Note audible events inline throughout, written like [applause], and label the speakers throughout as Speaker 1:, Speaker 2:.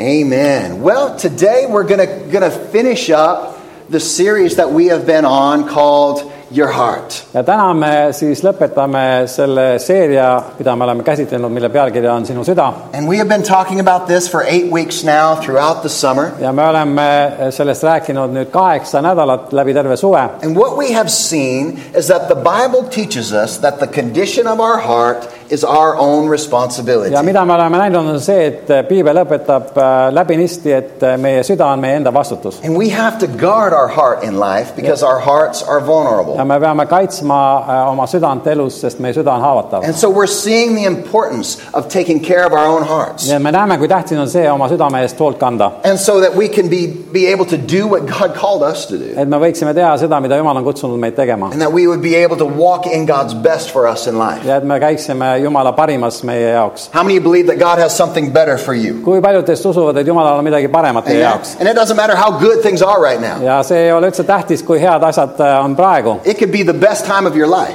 Speaker 1: Amen. Well, today we're going to finish up the series that we have been on called Your Heart.
Speaker 2: ja täna me siis lõpetame selle seeria , mida me oleme käsitlenud , mille pealkiri on Sinu süda
Speaker 1: And we have been talking about this for eight weeks now throughout the summer.
Speaker 2: ja me oleme sellest rääkinud nüüd kaheksa nädalat läbi terve suve
Speaker 1: And what we have seen is that the Bible teaches us that the condition of our heart is our own responsibility.
Speaker 2: ja mida me oleme näinud , on see , et piibel õpetab äh, läbinisti , et meie süda on meie enda vastutus
Speaker 1: And we have to guard our heart in life because our hearts are vulnerable.
Speaker 2: ja me peame kaitsma äh, oma südant elus , sest meie süda on haavatav .
Speaker 1: And so we're seeing the importance of taking care of our own hearts.
Speaker 2: nii et me näeme , kui tähtis on see oma südame eest hoolt kanda ,
Speaker 1: And so that we can be, be able to do what God called us to do.
Speaker 2: et me võiksime teha seda , mida Jumal on kutsunud meid tegema
Speaker 1: And that we would be able to walk in God's best for us in life.
Speaker 2: ja et me käiksime Jumala parimas meie jaoks .
Speaker 1: How many believe that God has something better for you?
Speaker 2: kui paljud teist usuvad , et Jumalal on midagi paremat teie
Speaker 1: Amen.
Speaker 2: jaoks ?
Speaker 1: And it doesn't matter how good things are right now,
Speaker 2: ja see ei ole üldse tähtis , kui head asjad äh, on praegu .
Speaker 1: it could be the best time of your life.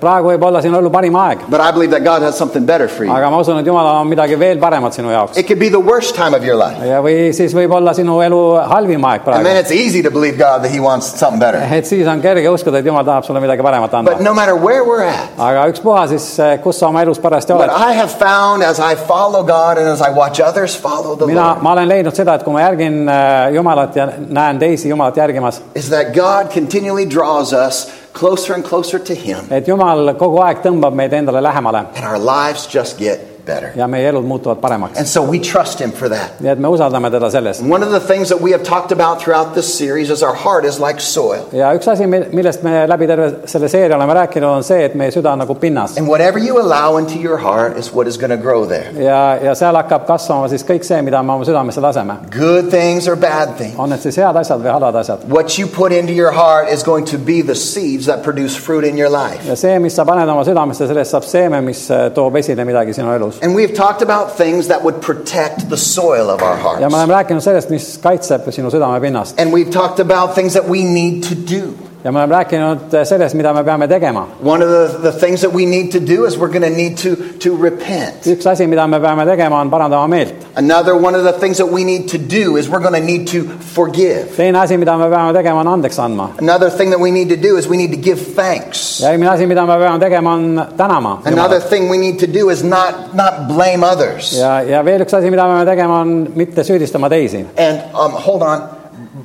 Speaker 2: praegu võib olla sinu ellu parim aeg ,
Speaker 1: But I believe that God has something better for you.
Speaker 2: aga ma usun , et Jumalal on midagi veel paremat sinu jaoks .
Speaker 1: It could be the worst time of your life.
Speaker 2: ja , või siis võib olla sinu elu halvim aeg
Speaker 1: And then
Speaker 2: praegu .
Speaker 1: it's easy to believe God that He wants something
Speaker 2: [laughs]
Speaker 1: better.
Speaker 2: et siis on kerge uskuda , et Jumal tahab sulle midagi paremat anda
Speaker 1: But . no matter where we're at,
Speaker 2: aga ükspuha siis , kus sa oma elus parajasti
Speaker 1: But
Speaker 2: oled .
Speaker 1: I have found as I follow God and as I watch others follow the
Speaker 2: mina ,
Speaker 1: Lord,
Speaker 2: ma olen leidnud seda , et kui ma järgin äh, Jumalat ja näen teisi Jumalat järgimas ,
Speaker 1: is that God continually draws us closer and closer to Him,
Speaker 2: et Jumal kogu aeg tõmbab meid endale lähemale
Speaker 1: and our lives just get better.
Speaker 2: ja meie elud muutuvad paremaks .
Speaker 1: And so we trust Him for that.
Speaker 2: nii et me usaldame teda selles .
Speaker 1: And one of the things that we have talked about throughout this series is our heart is like soil.
Speaker 2: ja üks asi , millest me läbi terve selle seeria oleme rääkinud , on see , et meie süda on nagu pinnas
Speaker 1: And whatever you allow into your heart is what is going to grow there.
Speaker 2: ja , ja seal hakkab kasvama siis kõik see , mida me oma südamesse laseme .
Speaker 1: Good things or bad things.
Speaker 2: on need siis head asjad või halvad asjad .
Speaker 1: What you put into your heart is going to be the seeds that produce fruit in your life.
Speaker 2: ja see , mis sa paned oma südamesse , sellest saab seeme , mis äh, toob esile midagi sinu elus .
Speaker 1: And we've talked about things that would protect the soil of our hearts.
Speaker 2: ja me oleme rääkinud sellest , mis kaitseb sinu südamepinnast
Speaker 1: And we've talked about things that we need to do.
Speaker 2: ja me oleme rääkinud äh, sellest , mida me peame tegema .
Speaker 1: One of the, the things that we need to do is we're going to need to, to repent.
Speaker 2: üks asi , mida me peame tegema , on parandama meelt .
Speaker 1: Another one of the things that we need to do is we're going to need to forgive.
Speaker 2: teine asi , mida me peame tegema , on andeks andma .
Speaker 1: Another thing that we need to do is we need to give thanks.
Speaker 2: järgmine asi , mida me peame tegema , on tänama .
Speaker 1: Another thing we need to do is not, not blame others.
Speaker 2: ja , ja veel üks asi , mida me peame tegema , on mitte süüdistama teisi .
Speaker 1: And um, hold on,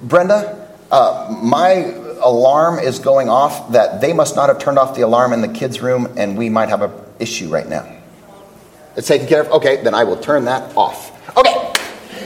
Speaker 1: Brenda, uh, my alarm is going off that they must not have turned off the alarm in the kids' room, and we might have an issue right now. It's taken care of? Okay, then I will turn that off. Okay.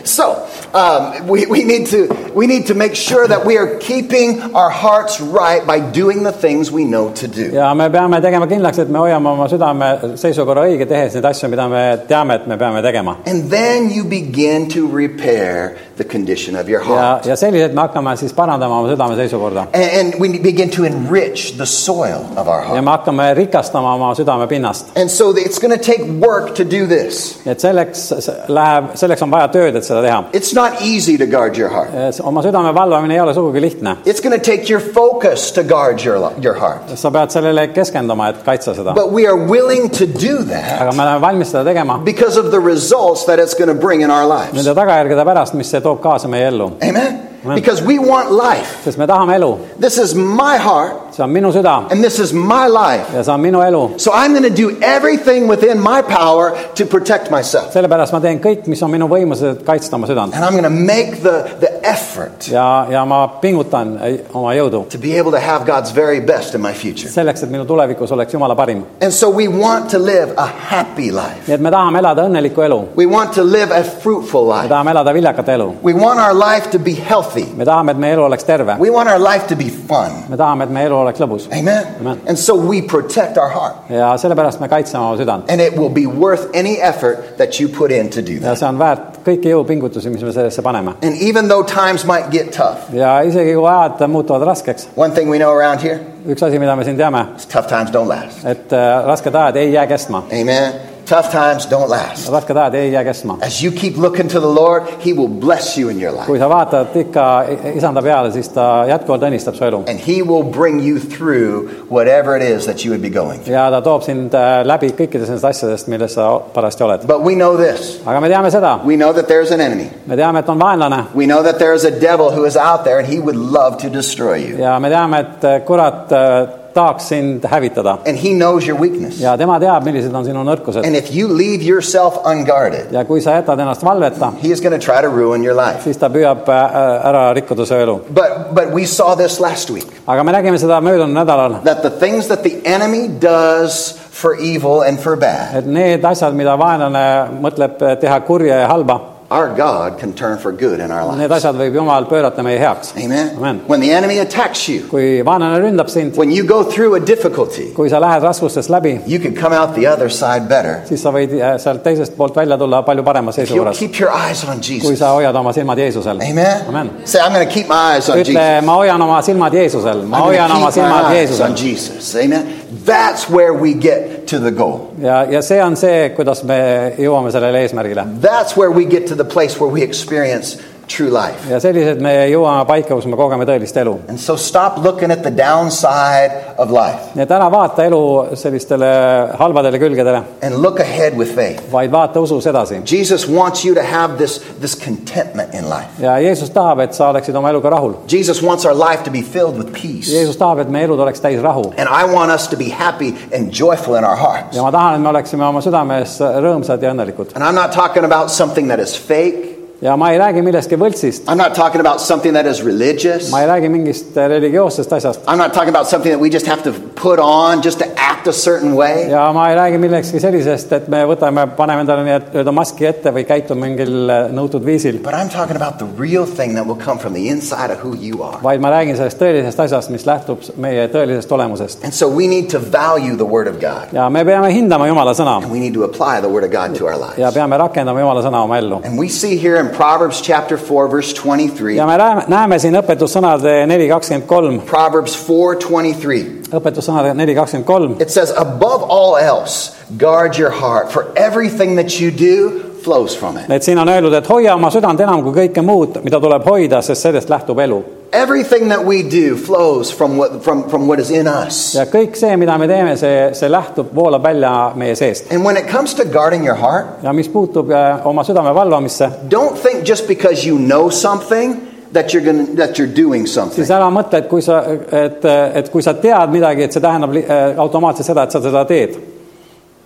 Speaker 1: So, um, we, we, need to, we need to make sure that we are keeping our hearts right by doing the things we know to do.
Speaker 2: ja me peame tegema kindlaks , et me hoiame oma südame seisukorra õige , tehes neid asju , mida me teame , et me peame tegema .
Speaker 1: And then you begin to repair the condition of your
Speaker 2: ja
Speaker 1: heart. ,
Speaker 2: ja selliselt me hakkame siis parandama oma südame seisukorda
Speaker 1: And, and we begin to enrich the soil of our heart.
Speaker 2: ja me hakkame rikastama oma südame pinnast .
Speaker 1: And so it's going to take work to do this.
Speaker 2: et selleks s- läheb , selleks on vaja tööd , et seda teha .
Speaker 1: It's not easy to guard your heart.
Speaker 2: oma südame valvamine ei ole sugugi lihtne .
Speaker 1: It's going to take your focus to guard your, your heart.
Speaker 2: sa pead sellele keskenduma , et kaitsta seda .
Speaker 1: But we are willing to do
Speaker 2: aga
Speaker 1: that
Speaker 2: me oleme valmis seda tegema
Speaker 1: because of the results that it's going to bring in our lives.
Speaker 2: nende tagajärgede pärast , mis see toob kaasa meie ellu .
Speaker 1: Amen?
Speaker 2: Amen.
Speaker 1: Because we want life.
Speaker 2: sest me tahame elu ,
Speaker 1: This is my heart
Speaker 2: see on minu süda
Speaker 1: and this is my life.
Speaker 2: ja see on minu elu
Speaker 1: So I'm going to do everything within my power to protect myself.
Speaker 2: sellepärast ma teen kõik , mis on minu võimuses , et kaitsta oma südant
Speaker 1: And I'm going to make the, the effort
Speaker 2: ja , ja ma pingutan ei- oma jõudu
Speaker 1: to be able to have God's very best in my future.
Speaker 2: selleks , et minu tulevikus oleks Jumala parim .
Speaker 1: And so we want to live a happy life.
Speaker 2: nii et me tahame elada õnnelikku elu ,
Speaker 1: We want to live a fruitful
Speaker 2: me
Speaker 1: life.
Speaker 2: tahame elada viljakat elu ,
Speaker 1: We want our life to be healthy.
Speaker 2: me tahame , et meie elu oleks terve ,
Speaker 1: We want our life to be fun.
Speaker 2: me tahame , et meie elu oleks lõbus
Speaker 1: Amen?
Speaker 2: Amen.
Speaker 1: And so we protect our heart.
Speaker 2: ja sellepärast me kaitseme oma südant
Speaker 1: And it will be worth any effort that you put in to do
Speaker 2: ja
Speaker 1: that.
Speaker 2: see on väärt kõiki jõupingutusi , mis me sellesse paneme
Speaker 1: And even though times might get tough,
Speaker 2: ja isegi kui ajad muutuvad raskeks ,
Speaker 1: one thing we know around here
Speaker 2: üks asi , mida me siin teame ,
Speaker 1: is tough times don't last.
Speaker 2: et äh, rasked ajad ei jää kestma
Speaker 1: Amen? Tough times don't last.
Speaker 2: rasked ajad ei jää kestma .
Speaker 1: As you keep looking to the Lord, He will bless you in your life.
Speaker 2: kui sa vaatad ikka isanda peale , siis ta jätkuvalt õnnistab su elu
Speaker 1: And He will bring you through whatever it is that you would be going through.
Speaker 2: ja ta toob sind äh, läbi kõikidest nendest asjadest , milles sa parajasti oled .
Speaker 1: But we know this
Speaker 2: aga me teame seda ,
Speaker 1: we know that there's an enemy.
Speaker 2: me teame , et on vaenlane
Speaker 1: We know that there is a devil who is out there and he would love to destroy you.
Speaker 2: ja me teame , et äh, kurat äh, tahaks sind hävitada
Speaker 1: And he knows your weakness.
Speaker 2: ja tema teab , millised on sinu nõrkused
Speaker 1: And if you leave yourself unguarded,
Speaker 2: ja kui sa jätad ennast valveta ,
Speaker 1: he is going to try to ruin your life.
Speaker 2: siis ta püüab äh, ära rikkuda su elu .
Speaker 1: But, but we saw this last week
Speaker 2: aga me nägime seda möödunud nädalal ,
Speaker 1: that the things that the enemy does for evil and for bad,
Speaker 2: et need asjad , mida vaenlane mõtleb äh, teha kurja ja halba ,
Speaker 1: our God can turn for good in our
Speaker 2: need
Speaker 1: lives.
Speaker 2: asjad võib jumal pöörata meie heaks .
Speaker 1: Amen?
Speaker 2: Amen.
Speaker 1: When the enemy attacks you,
Speaker 2: kui vaenlane ründab sind ,
Speaker 1: when you go through a difficulty,
Speaker 2: kui sa lähed raskustest läbi ,
Speaker 1: you can come out the other side better.
Speaker 2: siis sa võid äh, sealt teisest poolt välja tulla palju parema
Speaker 1: If
Speaker 2: seisu
Speaker 1: you'll
Speaker 2: juures ,
Speaker 1: keep your eyes on
Speaker 2: kui
Speaker 1: Jesus.
Speaker 2: sa hoiad oma silmad Jeesusel . Amen.
Speaker 1: Amen? Say, I'm going to keep my eyes on
Speaker 2: ütle
Speaker 1: Jesus. ,
Speaker 2: ma hoian oma silmad Jeesusel ,
Speaker 1: I'm
Speaker 2: ma
Speaker 1: gonna
Speaker 2: hoian oma
Speaker 1: keep my
Speaker 2: silmad
Speaker 1: eyes on
Speaker 2: Jeesusel .
Speaker 1: Jesus. Amen. That's where we get to the goal.
Speaker 2: ja , ja see on see , kuidas me jõuame sellele eesmärgile .
Speaker 1: That's where we get to the place where we experience true life.
Speaker 2: ja sellised me jõuame paika , kus me kogeme tõelist elu .
Speaker 1: And so stop looking at the downside of life
Speaker 2: nii et ära vaata elu sellistele halbadele külgedele ,
Speaker 1: and look ahead with faith.
Speaker 2: vaid vaata usus edasi .
Speaker 1: Jesus wants you to have this, this contentment in life.
Speaker 2: ja Jeesus tahab , et sa oleksid oma eluga rahul .
Speaker 1: Jesus wants our life to be filled with peace.
Speaker 2: Jeesus tahab , et meie elud oleks täis rahu .
Speaker 1: And I want us to be happy and joyful in our hearts.
Speaker 2: ja ma tahan , et me oleksime oma südames rõõmsad ja õnnelikud .
Speaker 1: And I'm not talking about something that is fake.
Speaker 2: ja ma ei räägi millestki võltsist ,
Speaker 1: I'm not talking about something that is religious.
Speaker 2: ma ei räägi mingist religioossest asjast
Speaker 1: I'm not talking about something that we just have to put on just to act a certain way.
Speaker 2: ja ma ei räägi millekski sellisest , et me võtame , paneme endale nii-öelda maski ette või käitume mingil äh, nõutud viisil ,
Speaker 1: But I'm talking about the real thing that will come from the inside of who you are.
Speaker 2: vaid ma räägin sellest tõelisest asjast , mis lähtub meie tõelisest olemusest .
Speaker 1: And so we need to value the Word of God.
Speaker 2: ja me peame hindama Jumala sõna
Speaker 1: And we need to apply the Word of God to our
Speaker 2: ja
Speaker 1: lives.
Speaker 2: peame rakendama Jumala sõna oma ellu .
Speaker 1: And we see here in Proverbs chapter 4, verse 23,
Speaker 2: ja me näeme , näeme siin õpetussõnade neli kakskümmend kolm ,
Speaker 1: Proverbs 4 23.
Speaker 2: õpetussõnade neli kakskümmend kolm ,
Speaker 1: It says, Above all else, guard your heart, for everything that you do flows from it.
Speaker 2: et siin on öeldud , et hoia oma südant enam kui kõike muud , mida tuleb hoida , sest sellest lähtub elu .
Speaker 1: Everything that we do flows from what, from, from what is in us.
Speaker 2: ja kõik see , mida me teeme , see , see lähtub , voolab välja meie seest .
Speaker 1: And when it comes to guarding your heart,
Speaker 2: ja mis puutub äh, oma südame valvamisse ,
Speaker 1: Don't think just because you know something that you're going that you're doing something.
Speaker 2: siis ära mõtle , et kui sa , et , et kui sa tead midagi , et see tähendab li- äh, automaatselt seda , et sa seda teed .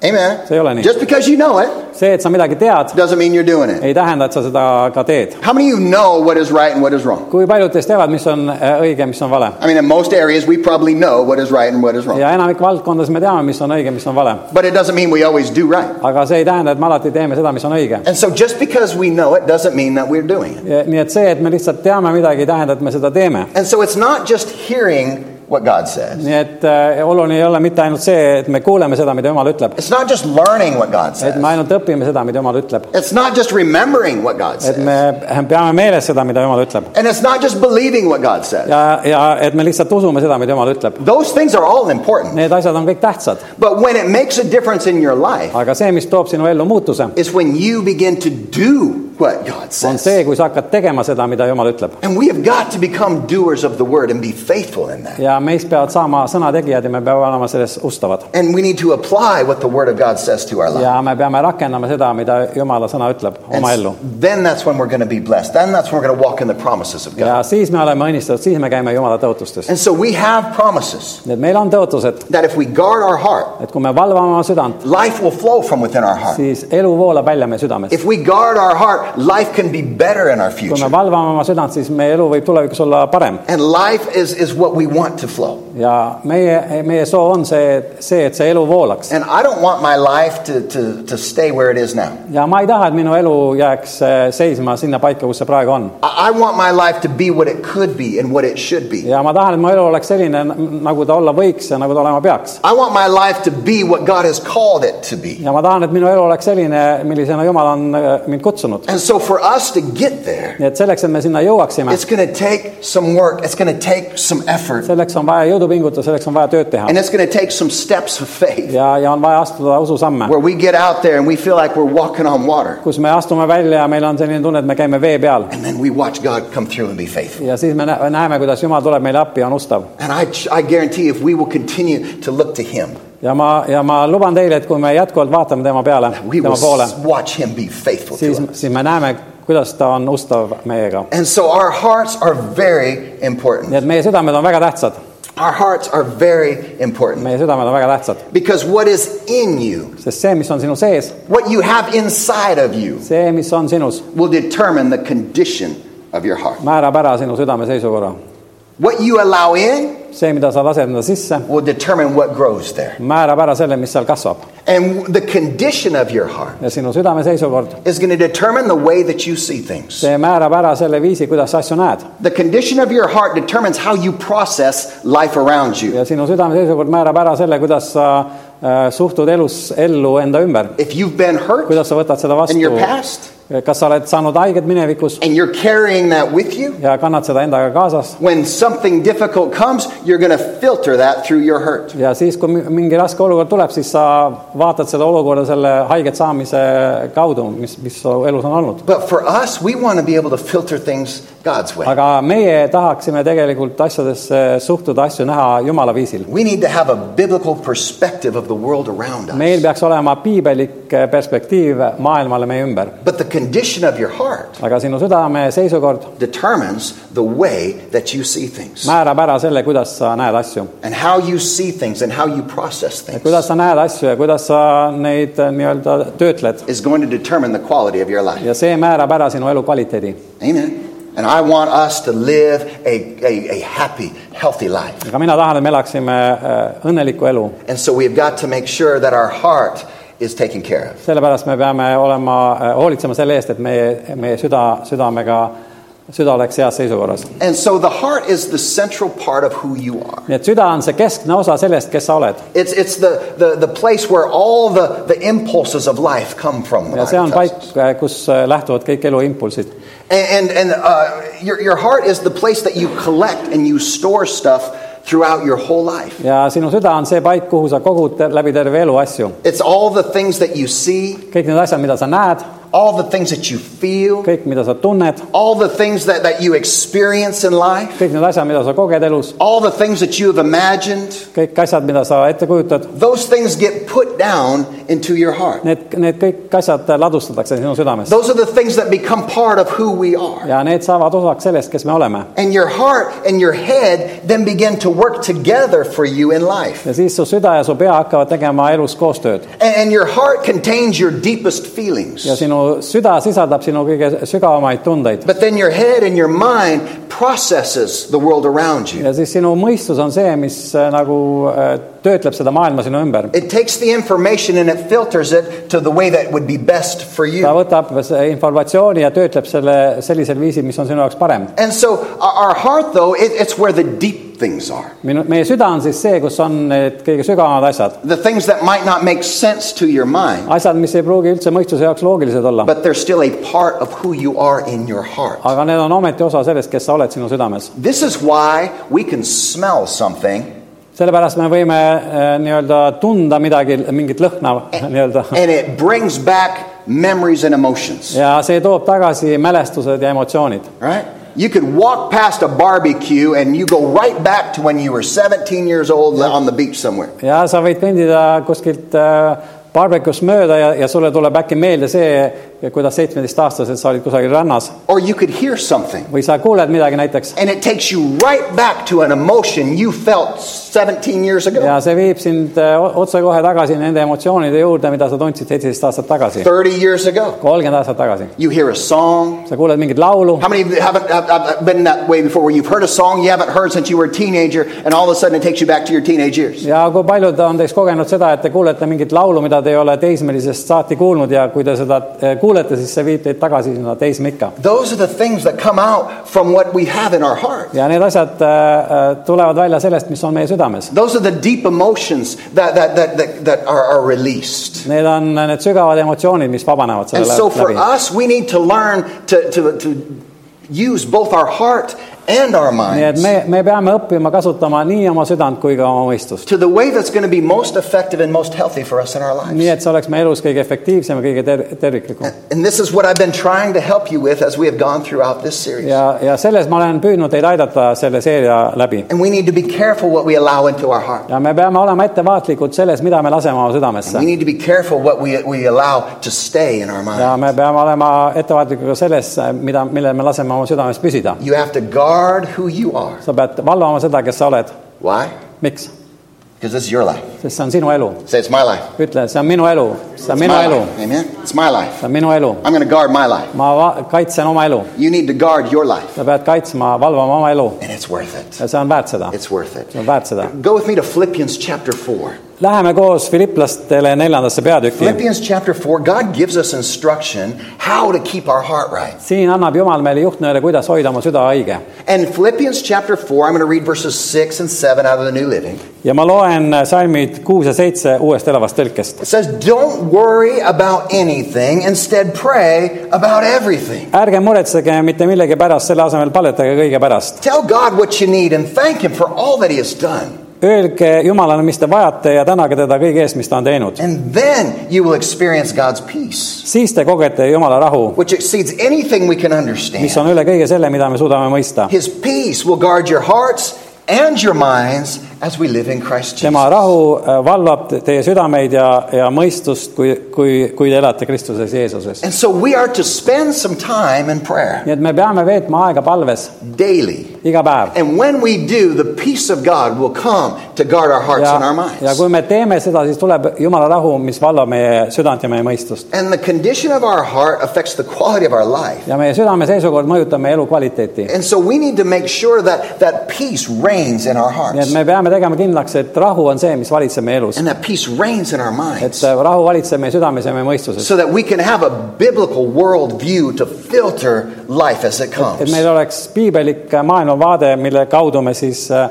Speaker 1: Amen.
Speaker 2: See ei ole nii.
Speaker 1: Just because you know it
Speaker 2: see , et sa midagi tead ,
Speaker 1: doesn't mean you're doing it.
Speaker 2: ei tähenda , et sa seda ka teed .
Speaker 1: How many of you know what is right and what is wrong?
Speaker 2: kui paljud teist teavad , mis on äh, õige , mis on vale ?
Speaker 1: I mean, in most areas we probably know what is right and what is wrong.
Speaker 2: ja enamik valdkondades me teame , mis on õige , mis on vale .
Speaker 1: But it doesn't mean we always do right.
Speaker 2: aga see ei tähenda , et me alati teeme seda , mis on õige .
Speaker 1: And so just because we know it doesn't mean that we're doing it.
Speaker 2: nii et see , et me lihtsalt teame midagi , ei tähenda , et me seda teeme .
Speaker 1: And so it's not just hearing what God says.
Speaker 2: nii et äh, oluline ei ole mitte ainult see , et me kuuleme seda , mida Jumal ütleb ,
Speaker 1: It's not just learning what God
Speaker 2: et
Speaker 1: says.
Speaker 2: me ainult õpime seda , mida Jumal ütleb .
Speaker 1: It's not just remembering what God
Speaker 2: et
Speaker 1: says.
Speaker 2: me peame meeles seda , mida Jumal ütleb .
Speaker 1: And it's not just believing what God says.
Speaker 2: ja , ja et me lihtsalt usume seda , mida Jumal ütleb .
Speaker 1: Those things are all important.
Speaker 2: Need asjad on kõik tähtsad ,
Speaker 1: But when it makes a difference in your life,
Speaker 2: aga see , mis toob sinu ellu muutuse ,
Speaker 1: is when you begin to do what God
Speaker 2: on
Speaker 1: says.
Speaker 2: see , kui sa hakkad tegema seda , mida Jumal ütleb .
Speaker 1: And we have got to become doers of the word and be faithful in that.
Speaker 2: ja meist peavad saama sõnategijad ja me peame olema selles ustavad .
Speaker 1: And we need to apply what the word of God says to our life.
Speaker 2: ja me peame rakendama seda , mida Jumala sõna ütleb
Speaker 1: And
Speaker 2: oma ellu .
Speaker 1: then that's when we're going to be blessed. Then that's when we're going to walk in the promises of God.
Speaker 2: ja siis me oleme õnnistatud , siis me käime Jumala tõotustes .
Speaker 1: And so we have promises
Speaker 2: nii et meil on tõotused ,
Speaker 1: that if we guard our heart,
Speaker 2: et kui me valvame oma südant ,
Speaker 1: life will flow from within our heart.
Speaker 2: siis elu voolab välja meie südames .
Speaker 1: If we guard our heart, life can be better in our
Speaker 2: kui me
Speaker 1: future.
Speaker 2: valvame oma südant , siis meie elu võib tulevikus olla parem
Speaker 1: And life is, is what we want to flow.
Speaker 2: ja meie , meie soov on see , see , et see elu voolaks .
Speaker 1: And I don't want my life to, to, to stay where it is now.
Speaker 2: ja ma ei taha , et minu elu jääks eh, seisma sinna paika , kus see praegu on .
Speaker 1: I I want my life to be what it could be and what it should be.
Speaker 2: ja ma tahan , et mu elu oleks selline , nagu ta olla võiks ja nagu ta olema peaks .
Speaker 1: I want my life to be what God has called it to be.
Speaker 2: ja ma tahan , et minu elu oleks selline , millisena Jumal on eh, mind kutsunud .
Speaker 1: And so for us to get there,
Speaker 2: nii et selleks , et me sinna jõuaksime ,
Speaker 1: it's going to take some work, it's going to take some effort,
Speaker 2: selleks on vaja jõudu pingutada , selleks on vaja tööd teha
Speaker 1: and it's going to take some steps of faith
Speaker 2: ja , ja on vaja astuda ususamme ,
Speaker 1: where we get out there and we feel like we're walking on water.
Speaker 2: kus me astume välja ja meil on selline tunne , et me käime vee peal
Speaker 1: And then we watch God come through and be faithful.
Speaker 2: ja siis me nä- näeme , kuidas Jumal tuleb meile appi ja on ustav .
Speaker 1: And I, I guarantee if we will continue to look to Him,
Speaker 2: ja ma , ja ma luban teile , et kui me jätkuvalt vaatame tema peale ,
Speaker 1: we will
Speaker 2: tema poole ,
Speaker 1: s- watch Him be faithful
Speaker 2: siis
Speaker 1: to us. ,
Speaker 2: siis me näeme , kuidas ta on ustav meiega .
Speaker 1: And so our hearts are very
Speaker 2: nii
Speaker 1: important.
Speaker 2: et meie südamed on väga tähtsad ,
Speaker 1: Our hearts are very important.
Speaker 2: meie südamed on väga tähtsad ,
Speaker 1: Because what is in you,
Speaker 2: sest see , mis on sinu sees ,
Speaker 1: what you have inside of you,
Speaker 2: see , mis on sinus ,
Speaker 1: will determine the condition of your heart.
Speaker 2: määrab ära sinu südame seisukorra .
Speaker 1: What you allow in
Speaker 2: see , mida sa lased enda sisse ,
Speaker 1: will determine what grows there.
Speaker 2: määrab ära selle , mis seal kasvab
Speaker 1: And the condition of your heart
Speaker 2: ja sinu südame seisukord ,
Speaker 1: is going to determine the way that you see things.
Speaker 2: see määrab ära selle viisi , kuidas sa asju näed
Speaker 1: The condition of your heart determines how you process life around you.
Speaker 2: ja sinu südame seisukord määrab ära selle , kuidas sa äh, suhtud elus ellu enda ümber ,
Speaker 1: If you've been hurt
Speaker 2: kuidas sa võtad seda
Speaker 1: in
Speaker 2: vastu
Speaker 1: your past
Speaker 2: kas sa oled saanud haiget minevikus
Speaker 1: and you're carrying that with you,
Speaker 2: ja kannad seda endaga kaasas
Speaker 1: when something difficult comes, you're going to filter that through your hurt.
Speaker 2: ja siis , kui mi- mingi raske olukord tuleb , siis sa vaatad seda olukorda selle haiget saamise kaudu , mis , mis su elus on olnud .
Speaker 1: But for us, we want to be able to filter things God's way.
Speaker 2: aga meie tahaksime tegelikult asjadesse suhtuda , asju näha jumala viisil .
Speaker 1: We need to have a biblical perspective of the world around
Speaker 2: meil
Speaker 1: us.
Speaker 2: peaks olema piibelik perspektiiv maailmale meie ümber ,
Speaker 1: But the condition of your heart
Speaker 2: aga sinu südame seisukord
Speaker 1: determines the way that you see things
Speaker 2: määrab ära selle , kuidas sa näed asju .
Speaker 1: and how you see things and how you process things
Speaker 2: kuidas sa näed asju ja kuidas sa neid äh, nii-öelda töötled
Speaker 1: is going to determine the quality of your life.
Speaker 2: ja see määrab ära sinu elu kvaliteedi
Speaker 1: Amen. And I want us to live a, a, a happy, healthy life.
Speaker 2: aga mina tahan , et me elaksime äh, õnnelikku elu ,
Speaker 1: And so we've got to make sure that our heart is taken care of.
Speaker 2: sellepärast me peame olema , hoolitsema selle eest , et meie , meie süda , südamega , süda oleks heas seisukorras .
Speaker 1: And so the heart is the central part of who you are.
Speaker 2: nii et süda on see keskne osa sellest , kes sa oled
Speaker 1: It's, it's the, the, the place where all the, the impulses of life come from. the
Speaker 2: ja see
Speaker 1: Bible
Speaker 2: on
Speaker 1: tells
Speaker 2: paik äh,
Speaker 1: us. ,
Speaker 2: kus lähtuvad kõik elu impulsid
Speaker 1: And, and, and uh, your, your heart is the place that you collect and you store stuff throughout your whole life.
Speaker 2: ja sinu süda on see paik , kuhu sa kogud te- läbi terve elu asju ,
Speaker 1: It's all the things that you see,
Speaker 2: kõik need asjad , mida sa näed ,
Speaker 1: all the things that you feel,
Speaker 2: kõik , mida sa tunned ,
Speaker 1: all the things that, that you experience in life,
Speaker 2: kõik need asjad , mida sa koged elus ,
Speaker 1: all the things that you have imagined.
Speaker 2: kõik asjad , mida sa ette kujutad ,
Speaker 1: Those things get put down into your heart.
Speaker 2: need , need kõik asjad ladustatakse sinu südamesse
Speaker 1: Those are the things that become part of who we are.
Speaker 2: ja need saavad osaks sellest , kes me oleme
Speaker 1: And your heart and your head then begin to work together for you in life.
Speaker 2: ja siis su süda ja su pea hakkavad tegema elus koostööd
Speaker 1: And, and your heart contains your deepest feelings.
Speaker 2: ja sinu süda sisaldab sinu kõige sügavamaid tundeid
Speaker 1: But then your head and your mind processes the world around you.
Speaker 2: ja siis sinu mõistus on see , mis äh, nagu äh, töötleb seda maailma sinu ümber .
Speaker 1: It takes the information and it filters it to the way that would be best for
Speaker 2: ta
Speaker 1: you.
Speaker 2: võtab see informatsiooni ja töötleb selle sellisel viisil , mis on sinu jaoks parem .
Speaker 1: And so our our heart, though, it, it's where the deep things are.
Speaker 2: minu , meie süda on siis see , kus on need kõige sügavamad asjad ,
Speaker 1: The things that might not make sense to your mind,
Speaker 2: asjad , mis ei pruugi üldse mõistuse jaoks loogilised olla ,
Speaker 1: but they're still a part of who you are in your heart.
Speaker 2: aga need on ometi osa sellest , kes sa oled sinu südames .
Speaker 1: This is why we can smell something
Speaker 2: sellepärast me võime äh, nii-öelda tunda midagi , mingit lõhna [laughs] nii-öelda
Speaker 1: and it brings back memories and emotions,
Speaker 2: ja see toob tagasi mälestused ja emotsioonid .
Speaker 1: right? You could walk past a barbecue and you go right back to when you were 17 years old on the beach somewhere.
Speaker 2: ja sa võid kõndida kuskilt äh, barbekus mööda ja , ja sulle tuleb äkki meelde see , kuidas seitsmeteistaastaselt sa olid kusagil rannas
Speaker 1: Or you could hear something
Speaker 2: või sa kuuled midagi näiteks
Speaker 1: and it takes you right back to an emotion you felt 17 years ago,
Speaker 2: ja see viib sind äh, o- otsekohe tagasi nende emotsioonide juurde , mida sa tundsid seitseteist aastat tagasi ,
Speaker 1: 30 years ago.
Speaker 2: kolmkümmend aastat tagasi .
Speaker 1: You hear a song.
Speaker 2: sa kuuled mingit laulu ,
Speaker 1: How many of you haven't have, have been that way before where you've heard a song you haven't heard since you were a teenager and all of a sudden it takes you back to your teenage years?
Speaker 2: ja kui paljud on teist kogenud seda , et te kuulete mingit laulu , mida te ei ole teismelisest saati kuulnud ja kui te seda äh, kuulete , siis see viib teid tagasi sinna teismikka .
Speaker 1: Those are the things that come out from what we have in our heart.
Speaker 2: ja need asjad äh, äh, tulevad välja sellest , mis on meie südames .
Speaker 1: Those are the deep emotions that, that, that, that, that are, are released.
Speaker 2: Need on need sügavad emotsioonid , mis vabanevad selle
Speaker 1: And so
Speaker 2: lä-
Speaker 1: for
Speaker 2: läbi .
Speaker 1: us, we need to learn to, to, to use both our heart and our
Speaker 2: nii et
Speaker 1: minds
Speaker 2: me , me peame õppima kasutama nii oma südant kui ka oma mõistust .
Speaker 1: to the way that's going to be most effective and most healthy for us in our lives.
Speaker 2: nii et see oleks meie elus kõige efektiivsem ja kõige ter- , terviklikum .
Speaker 1: And this is what I've been trying to help you with as we have gone throughout this series.
Speaker 2: ja , ja selles ma olen püüdnud teid aidata selle seeria läbi .
Speaker 1: And we need to be careful what we allow into our heart.
Speaker 2: ja me peame olema ettevaatlikud selles , mida me laseme oma südamesse
Speaker 1: We . need to be careful what we, we allow to stay in our mind.
Speaker 2: ja me peame olema ettevaatlikud ka selles , mida , millel me laseme oma südames püsida .
Speaker 1: You have to guard who you are.
Speaker 2: sa pead valvama seda , kes sa oled .
Speaker 1: Why?
Speaker 2: miks ?
Speaker 1: Because this is your life.
Speaker 2: sest see on sinu elu .
Speaker 1: Say, it's my life.
Speaker 2: ütle , see on minu elu , see on
Speaker 1: It's
Speaker 2: minu
Speaker 1: my
Speaker 2: elu ,
Speaker 1: life. Amen. It's my life.
Speaker 2: see on minu elu .
Speaker 1: I'm going to guard my life.
Speaker 2: ma va- kaitsen oma elu ,
Speaker 1: You need to guard your life.
Speaker 2: sa pead kaitsma , valvama oma elu
Speaker 1: And it's worth it.
Speaker 2: ja see on väärt seda ,
Speaker 1: It's worth
Speaker 2: see
Speaker 1: it.
Speaker 2: on väärt seda .
Speaker 1: Go with me to Philippians chapter 4.
Speaker 2: Läheme koos filiplastele neljandasse peatükki .
Speaker 1: Philippians chapter 4, God gives us instruction how to keep our heart right.
Speaker 2: siin annab Jumal meile juhtnööre , kuidas hoida oma süda õige
Speaker 1: And Philippians chapter 4, I'm going to read verses 6 and 7 out of the New Living.
Speaker 2: ja ma loen salmid kuus ja seitse uuest elavast tõlkest .
Speaker 1: It says, Don't worry about anything, instead, pray about everything.
Speaker 2: ärge muretsege mitte millegi pärast , selle asemel paletage kõige pärast .
Speaker 1: Tell God what you need and thank Him for all that He has done.
Speaker 2: Öelge Jumalale , mis te vajate ja tänage teda kõige eest , mis ta on teinud .
Speaker 1: And then you will experience God's peace,
Speaker 2: siis te kogete Jumala rahu ,
Speaker 1: which exceeds anything we can
Speaker 2: mis
Speaker 1: understand.
Speaker 2: on üle kõige selle , mida me suudame mõista .
Speaker 1: His peace will guard your hearts and your minds as we live in Christ
Speaker 2: tema
Speaker 1: Jesus.
Speaker 2: rahu äh, valvab te- teie südameid ja , ja mõistust , kui , kui , kui te elate Kristuses Jeesuses .
Speaker 1: And so we are to spend some time in prayer
Speaker 2: nii et me peame veetma aega palves
Speaker 1: daily.
Speaker 2: iga päev
Speaker 1: And when we do, the peace of God will come to guard our hearts
Speaker 2: ja
Speaker 1: and our ,
Speaker 2: ja
Speaker 1: minds.
Speaker 2: kui me teeme seda , siis tuleb Jumala rahu , mis valvab meie südant ja meie mõistust .
Speaker 1: And the condition of our heart affects the quality of our life.
Speaker 2: ja meie südame seisukord mõjutab meie elukvaliteeti .
Speaker 1: And so we need to make sure that that peace reigns in our
Speaker 2: nii et
Speaker 1: hearts.
Speaker 2: me peame tegema kindlaks , et rahu on see , mis valitseb meie elus .
Speaker 1: And that peace reigns in our
Speaker 2: et
Speaker 1: minds.
Speaker 2: äh, rahu valitseb meie südames ja meie mõistuses .
Speaker 1: So that we can have a biblical worldview to filter life as it
Speaker 2: et
Speaker 1: comes.
Speaker 2: meil oleks piibellik maailmavaade , mille kaudu me siis äh,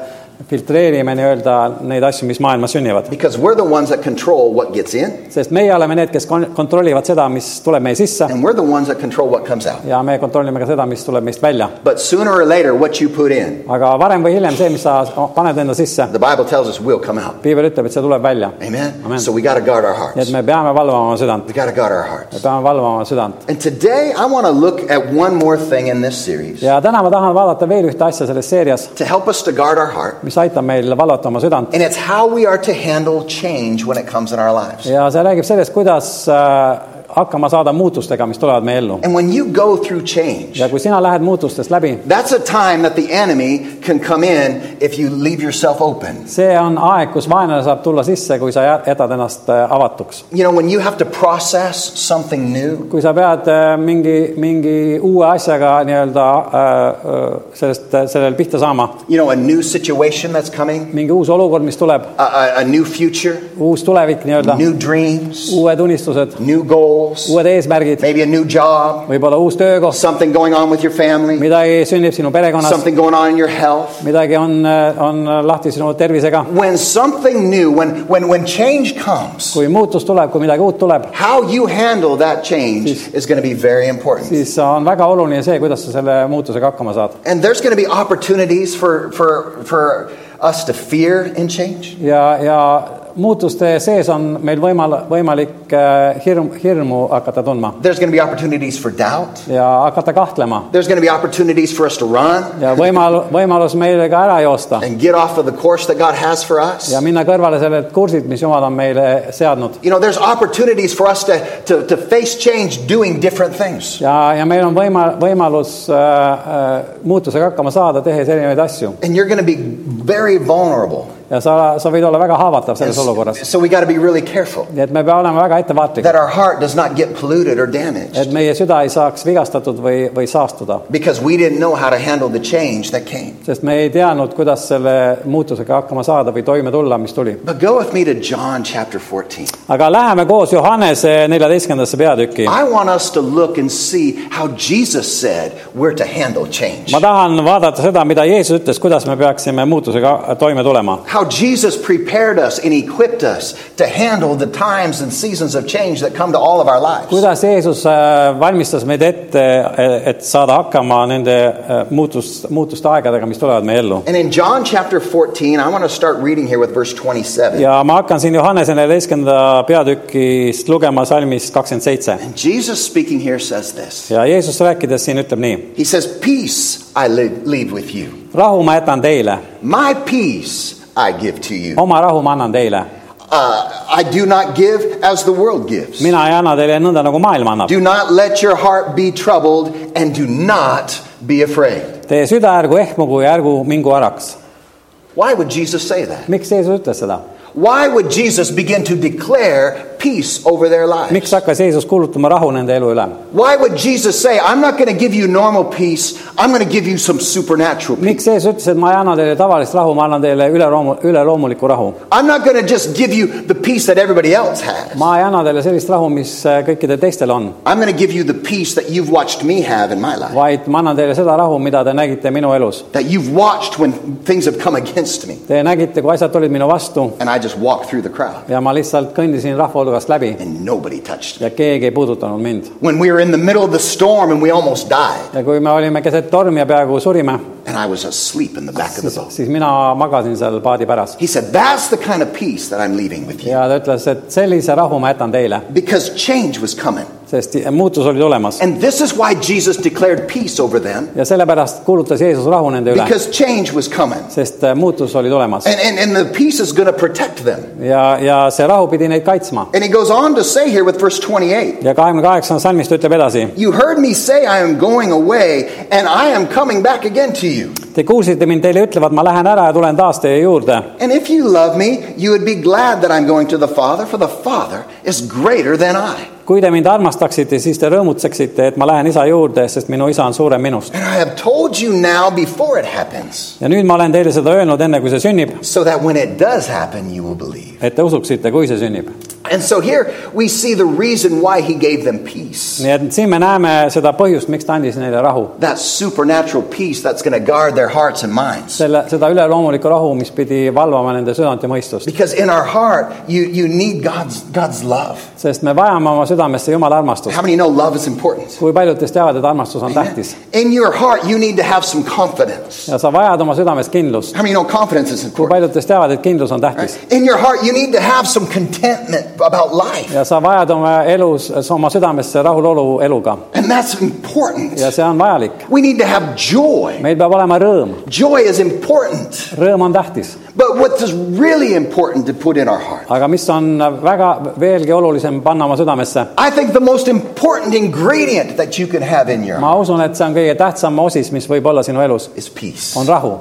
Speaker 2: filtreerime nii-öelda neid asju , mis maailmas sünnivad .
Speaker 1: Because we're the ones that control what gets in,
Speaker 2: sest meie oleme need , kes kon- kontrollivad seda , mis tuleb meie sisse
Speaker 1: and we're the ones that control what comes out.
Speaker 2: ja me kontrollime ka seda , mis tuleb meist välja .
Speaker 1: But sooner or later, what you put in,
Speaker 2: aga varem või hiljem see , mis sa paned enda sisse ,
Speaker 1: the Bible tells us, will come out.
Speaker 2: piibel ütleb , et see tuleb välja .
Speaker 1: Amen?
Speaker 2: Amen.
Speaker 1: So we got to guard our
Speaker 2: nii et
Speaker 1: hearts.
Speaker 2: me peame valvama oma südant ,
Speaker 1: We got to guard our hearts.
Speaker 2: me peame valvama oma südant .
Speaker 1: And today, I want to look at one more thing in this series
Speaker 2: ja täna ma tahan vaadata veel ühte asja selles seerias ,
Speaker 1: to help us to guard our heart,
Speaker 2: mis aitab meil valvata oma südant
Speaker 1: and it's how we are to handle change when it comes in our lives.
Speaker 2: ja see räägib sellest , kuidas äh, hakkama saada muutustega , mis tulevad meie ellu .
Speaker 1: And when you go through change,
Speaker 2: ja kui sina lähed muutustest läbi ,
Speaker 1: That's a time that the enemy can come in if you leave yourself open.
Speaker 2: see on aeg , kus vaenlane saab tulla sisse , kui sa jä- jätad ennast äh, avatuks .
Speaker 1: You know, when you have to process something new,
Speaker 2: kui sa pead äh, mingi , mingi uue asjaga nii-öelda äh, äh, sellest , sellel pihta saama ,
Speaker 1: you know, a new situation that's coming,
Speaker 2: mingi uus olukord , mis tuleb ,
Speaker 1: a, a, a new future,
Speaker 2: uus tulevik nii-öelda ,
Speaker 1: new dreams,
Speaker 2: uued unistused ,
Speaker 1: new goals,
Speaker 2: uued eesmärgid ,
Speaker 1: maybe a new job,
Speaker 2: võib-olla uus töökoht ,
Speaker 1: something going on with your family,
Speaker 2: midagi sünnib sinu perekonnas ,
Speaker 1: something going on in your health.
Speaker 2: midagi on , on lahti sinu tervisega .
Speaker 1: When something new, when, when, when change comes,
Speaker 2: kui muutus tuleb , kui midagi uut tuleb ,
Speaker 1: how you handle that change is going to be very important.
Speaker 2: siis on väga oluline see , kuidas sa selle muutusega hakkama saad .
Speaker 1: And there's going to be opportunities for, for, for us to fear in change.
Speaker 2: ja , ja muutuste sees on meil võimal- , võimalik äh, hirm , hirmu hakata tundma
Speaker 1: There's going to be opportunities for doubt.
Speaker 2: ja hakata kahtlema
Speaker 1: There's going to be opportunities for us to run
Speaker 2: ja võimal- , võimalus meile ka ära joosta
Speaker 1: and get off of the course that God has for us.
Speaker 2: ja minna kõrvale sellelt kursilt , mis Jumal on meile seadnud .
Speaker 1: You know, there's opportunities for us to, to, to face change doing different things.
Speaker 2: ja , ja meil on võima- , võimalus äh, äh, muutusega hakkama saada , tehes erinevaid asju
Speaker 1: And you're going to be very vulnerable
Speaker 2: ja sa , sa võid olla väga haavatav selles olukorras .
Speaker 1: So we got to be really careful
Speaker 2: nii et me peame olema väga ettevaatlikud ,
Speaker 1: that our heart does not get polluted or damaged
Speaker 2: et meie süda ei saaks vigastatud või , või saastuda ,
Speaker 1: because we didn't know how to handle the change that came.
Speaker 2: sest me ei teadnud , kuidas selle muutusega hakkama saada või toime tulla , mis tuli .
Speaker 1: But go with me to John chapter 14.
Speaker 2: aga läheme koos Johannese neljateistkümnendasse peatükki .
Speaker 1: I want us to look and see how Jesus said we're to handle change.
Speaker 2: ma tahan vaadata seda , mida Jeesus ütles , kuidas me peaksime muutusega toime tulema .
Speaker 1: How Jesus prepared us and equipped us to handle the times and seasons of change that come to all of our lives.
Speaker 2: kuidas Jeesus äh, valmistas meid ette , et saada hakkama nende äh, muutus , muutuste aegadega , mis tulevad meie ellu ?
Speaker 1: And in John chapter 14, I want to start reading here with verse 27.
Speaker 2: ja ma hakkan siin Johannese neljateistkümnenda peatükist lugema salmist kakskümmend seitse
Speaker 1: Jesus speaking here says this
Speaker 2: ja Jeesus rääkides siin ütleb nii .
Speaker 1: He says, Peace I li- leave with you,
Speaker 2: rahu ma jätan teile ,
Speaker 1: my peace I give to you.
Speaker 2: oma rahu ma annan teile .
Speaker 1: Uh, I do not give as the world gives.
Speaker 2: mina ei anna teile nõnda , nagu maailm annab .
Speaker 1: Do not let your heart be troubled and do not be afraid.
Speaker 2: Teie süda ärgu ehmugu ja ärgu mingu äraks .
Speaker 1: Why would Jesus say that?
Speaker 2: miks Jeesus ütles seda ?
Speaker 1: Why would Jesus begin to declare peace over their lives?
Speaker 2: miks hakkas Jeesus kuulutama rahu nende elu üle ?
Speaker 1: Why would Jesus say, I'm not going to give you normal peace, I'm going to give you some supernatural peace?
Speaker 2: miks Jeesus ütles , et ma ei anna teile tavalist rahu , ma annan teile üleroomu- , üleloomuliku rahu ?
Speaker 1: I'm not going to just give you the peace that everybody else has.
Speaker 2: ma ei anna teile sellist rahu , mis äh, kõikidel teistel on ,
Speaker 1: I'm going to give you the peace that you've watched me have in my life,
Speaker 2: vaid ma annan teile seda rahu , mida te nägite minu elus .
Speaker 1: that you've watched when things have come against me,
Speaker 2: Te nägite , kui asjad tulid minu vastu
Speaker 1: and I just walked through the crowd
Speaker 2: ja ma lihtsalt kõndisin rahva hulgast läbi
Speaker 1: and nobody touched me.
Speaker 2: ja keegi ei puudutanud mind .
Speaker 1: When we were in the middle of the storm and we almost died,
Speaker 2: ja kui me olime keset tormi ja peaaegu surime ,
Speaker 1: and I was asleep in the back of the
Speaker 2: siis ,
Speaker 1: boat.
Speaker 2: siis mina magasin seal paadi päras
Speaker 1: He said, That's the kind of peace that I'm leaving with you.
Speaker 2: ja ta ütles , et sellise rahu ma jätan teile ,
Speaker 1: Because change was coming.
Speaker 2: sest muutus oli tulemas
Speaker 1: And this is why Jesus declared peace over them,
Speaker 2: ja sellepärast kuulutas Jeesus rahu nende üle ,
Speaker 1: because change was coming.
Speaker 2: sest äh, muutus oli tulemas
Speaker 1: And, and, and the peace is going to protect them.
Speaker 2: ja , ja see rahu pidi neid kaitsma .
Speaker 1: And he goes on to say here with verse 28
Speaker 2: ja kahekümne kaheksandas salmis ta ütleb edasi
Speaker 1: You heard me say, I am going away, and I am coming back again to you.
Speaker 2: Te kuulsite mind teile ütlevat , ma lähen ära ja tulen taas teie juurde .
Speaker 1: And if you love me, you would be glad that I'm going to the Father, for the Father is greater than I.
Speaker 2: kui te mind armastaksite , siis te rõõmutseksite , et ma lähen isa juurde , sest minu isa on suurem minust .
Speaker 1: And I have told you now before it happens,
Speaker 2: ja nüüd ma olen teile seda öelnud , enne kui see sünnib ,
Speaker 1: so that when it does happen, you will believe.
Speaker 2: et te usuksite , kui see sünnib .
Speaker 1: And so here we see the reason why he gave them peace.
Speaker 2: nii et siin me näeme seda põhjust , miks ta andis neile rahu .
Speaker 1: That supernatural peace that's going to guard their hearts and minds.
Speaker 2: selle , seda üleloomulikku rahu , mis pidi valvama nende südant ja mõistust .
Speaker 1: Because in our heart, you, you need God's, God's love.
Speaker 2: sest me vajame oma südamesse Jumala armastust .
Speaker 1: How many know love is important?
Speaker 2: kui paljud teist teavad , et armastus on tähtis
Speaker 1: In your heart, you need to have some confidence.
Speaker 2: ja sa vajad oma südames kindlust .
Speaker 1: How many know confidence is
Speaker 2: kui
Speaker 1: important?
Speaker 2: paljud teist teavad , et kindlus on tähtis
Speaker 1: In your heart, you need to have some contentment about life.
Speaker 2: ja sa vajad oma elus , oma südamesse rahulolu eluga
Speaker 1: And that's important.
Speaker 2: ja see on vajalik .
Speaker 1: We need to have joy.
Speaker 2: meil peab olema rõõm ,
Speaker 1: Joy is important.
Speaker 2: rõõm on tähtis ,
Speaker 1: But what is really important to put in our heart?
Speaker 2: aga mis on väga veelgi olulisem panna oma südamesse ,
Speaker 1: I think the most important ingredient that you can have in your heart
Speaker 2: ma usun , et see on kõige tähtsam osis , mis võib olla sinu elus ,
Speaker 1: is peace.
Speaker 2: on rahu ,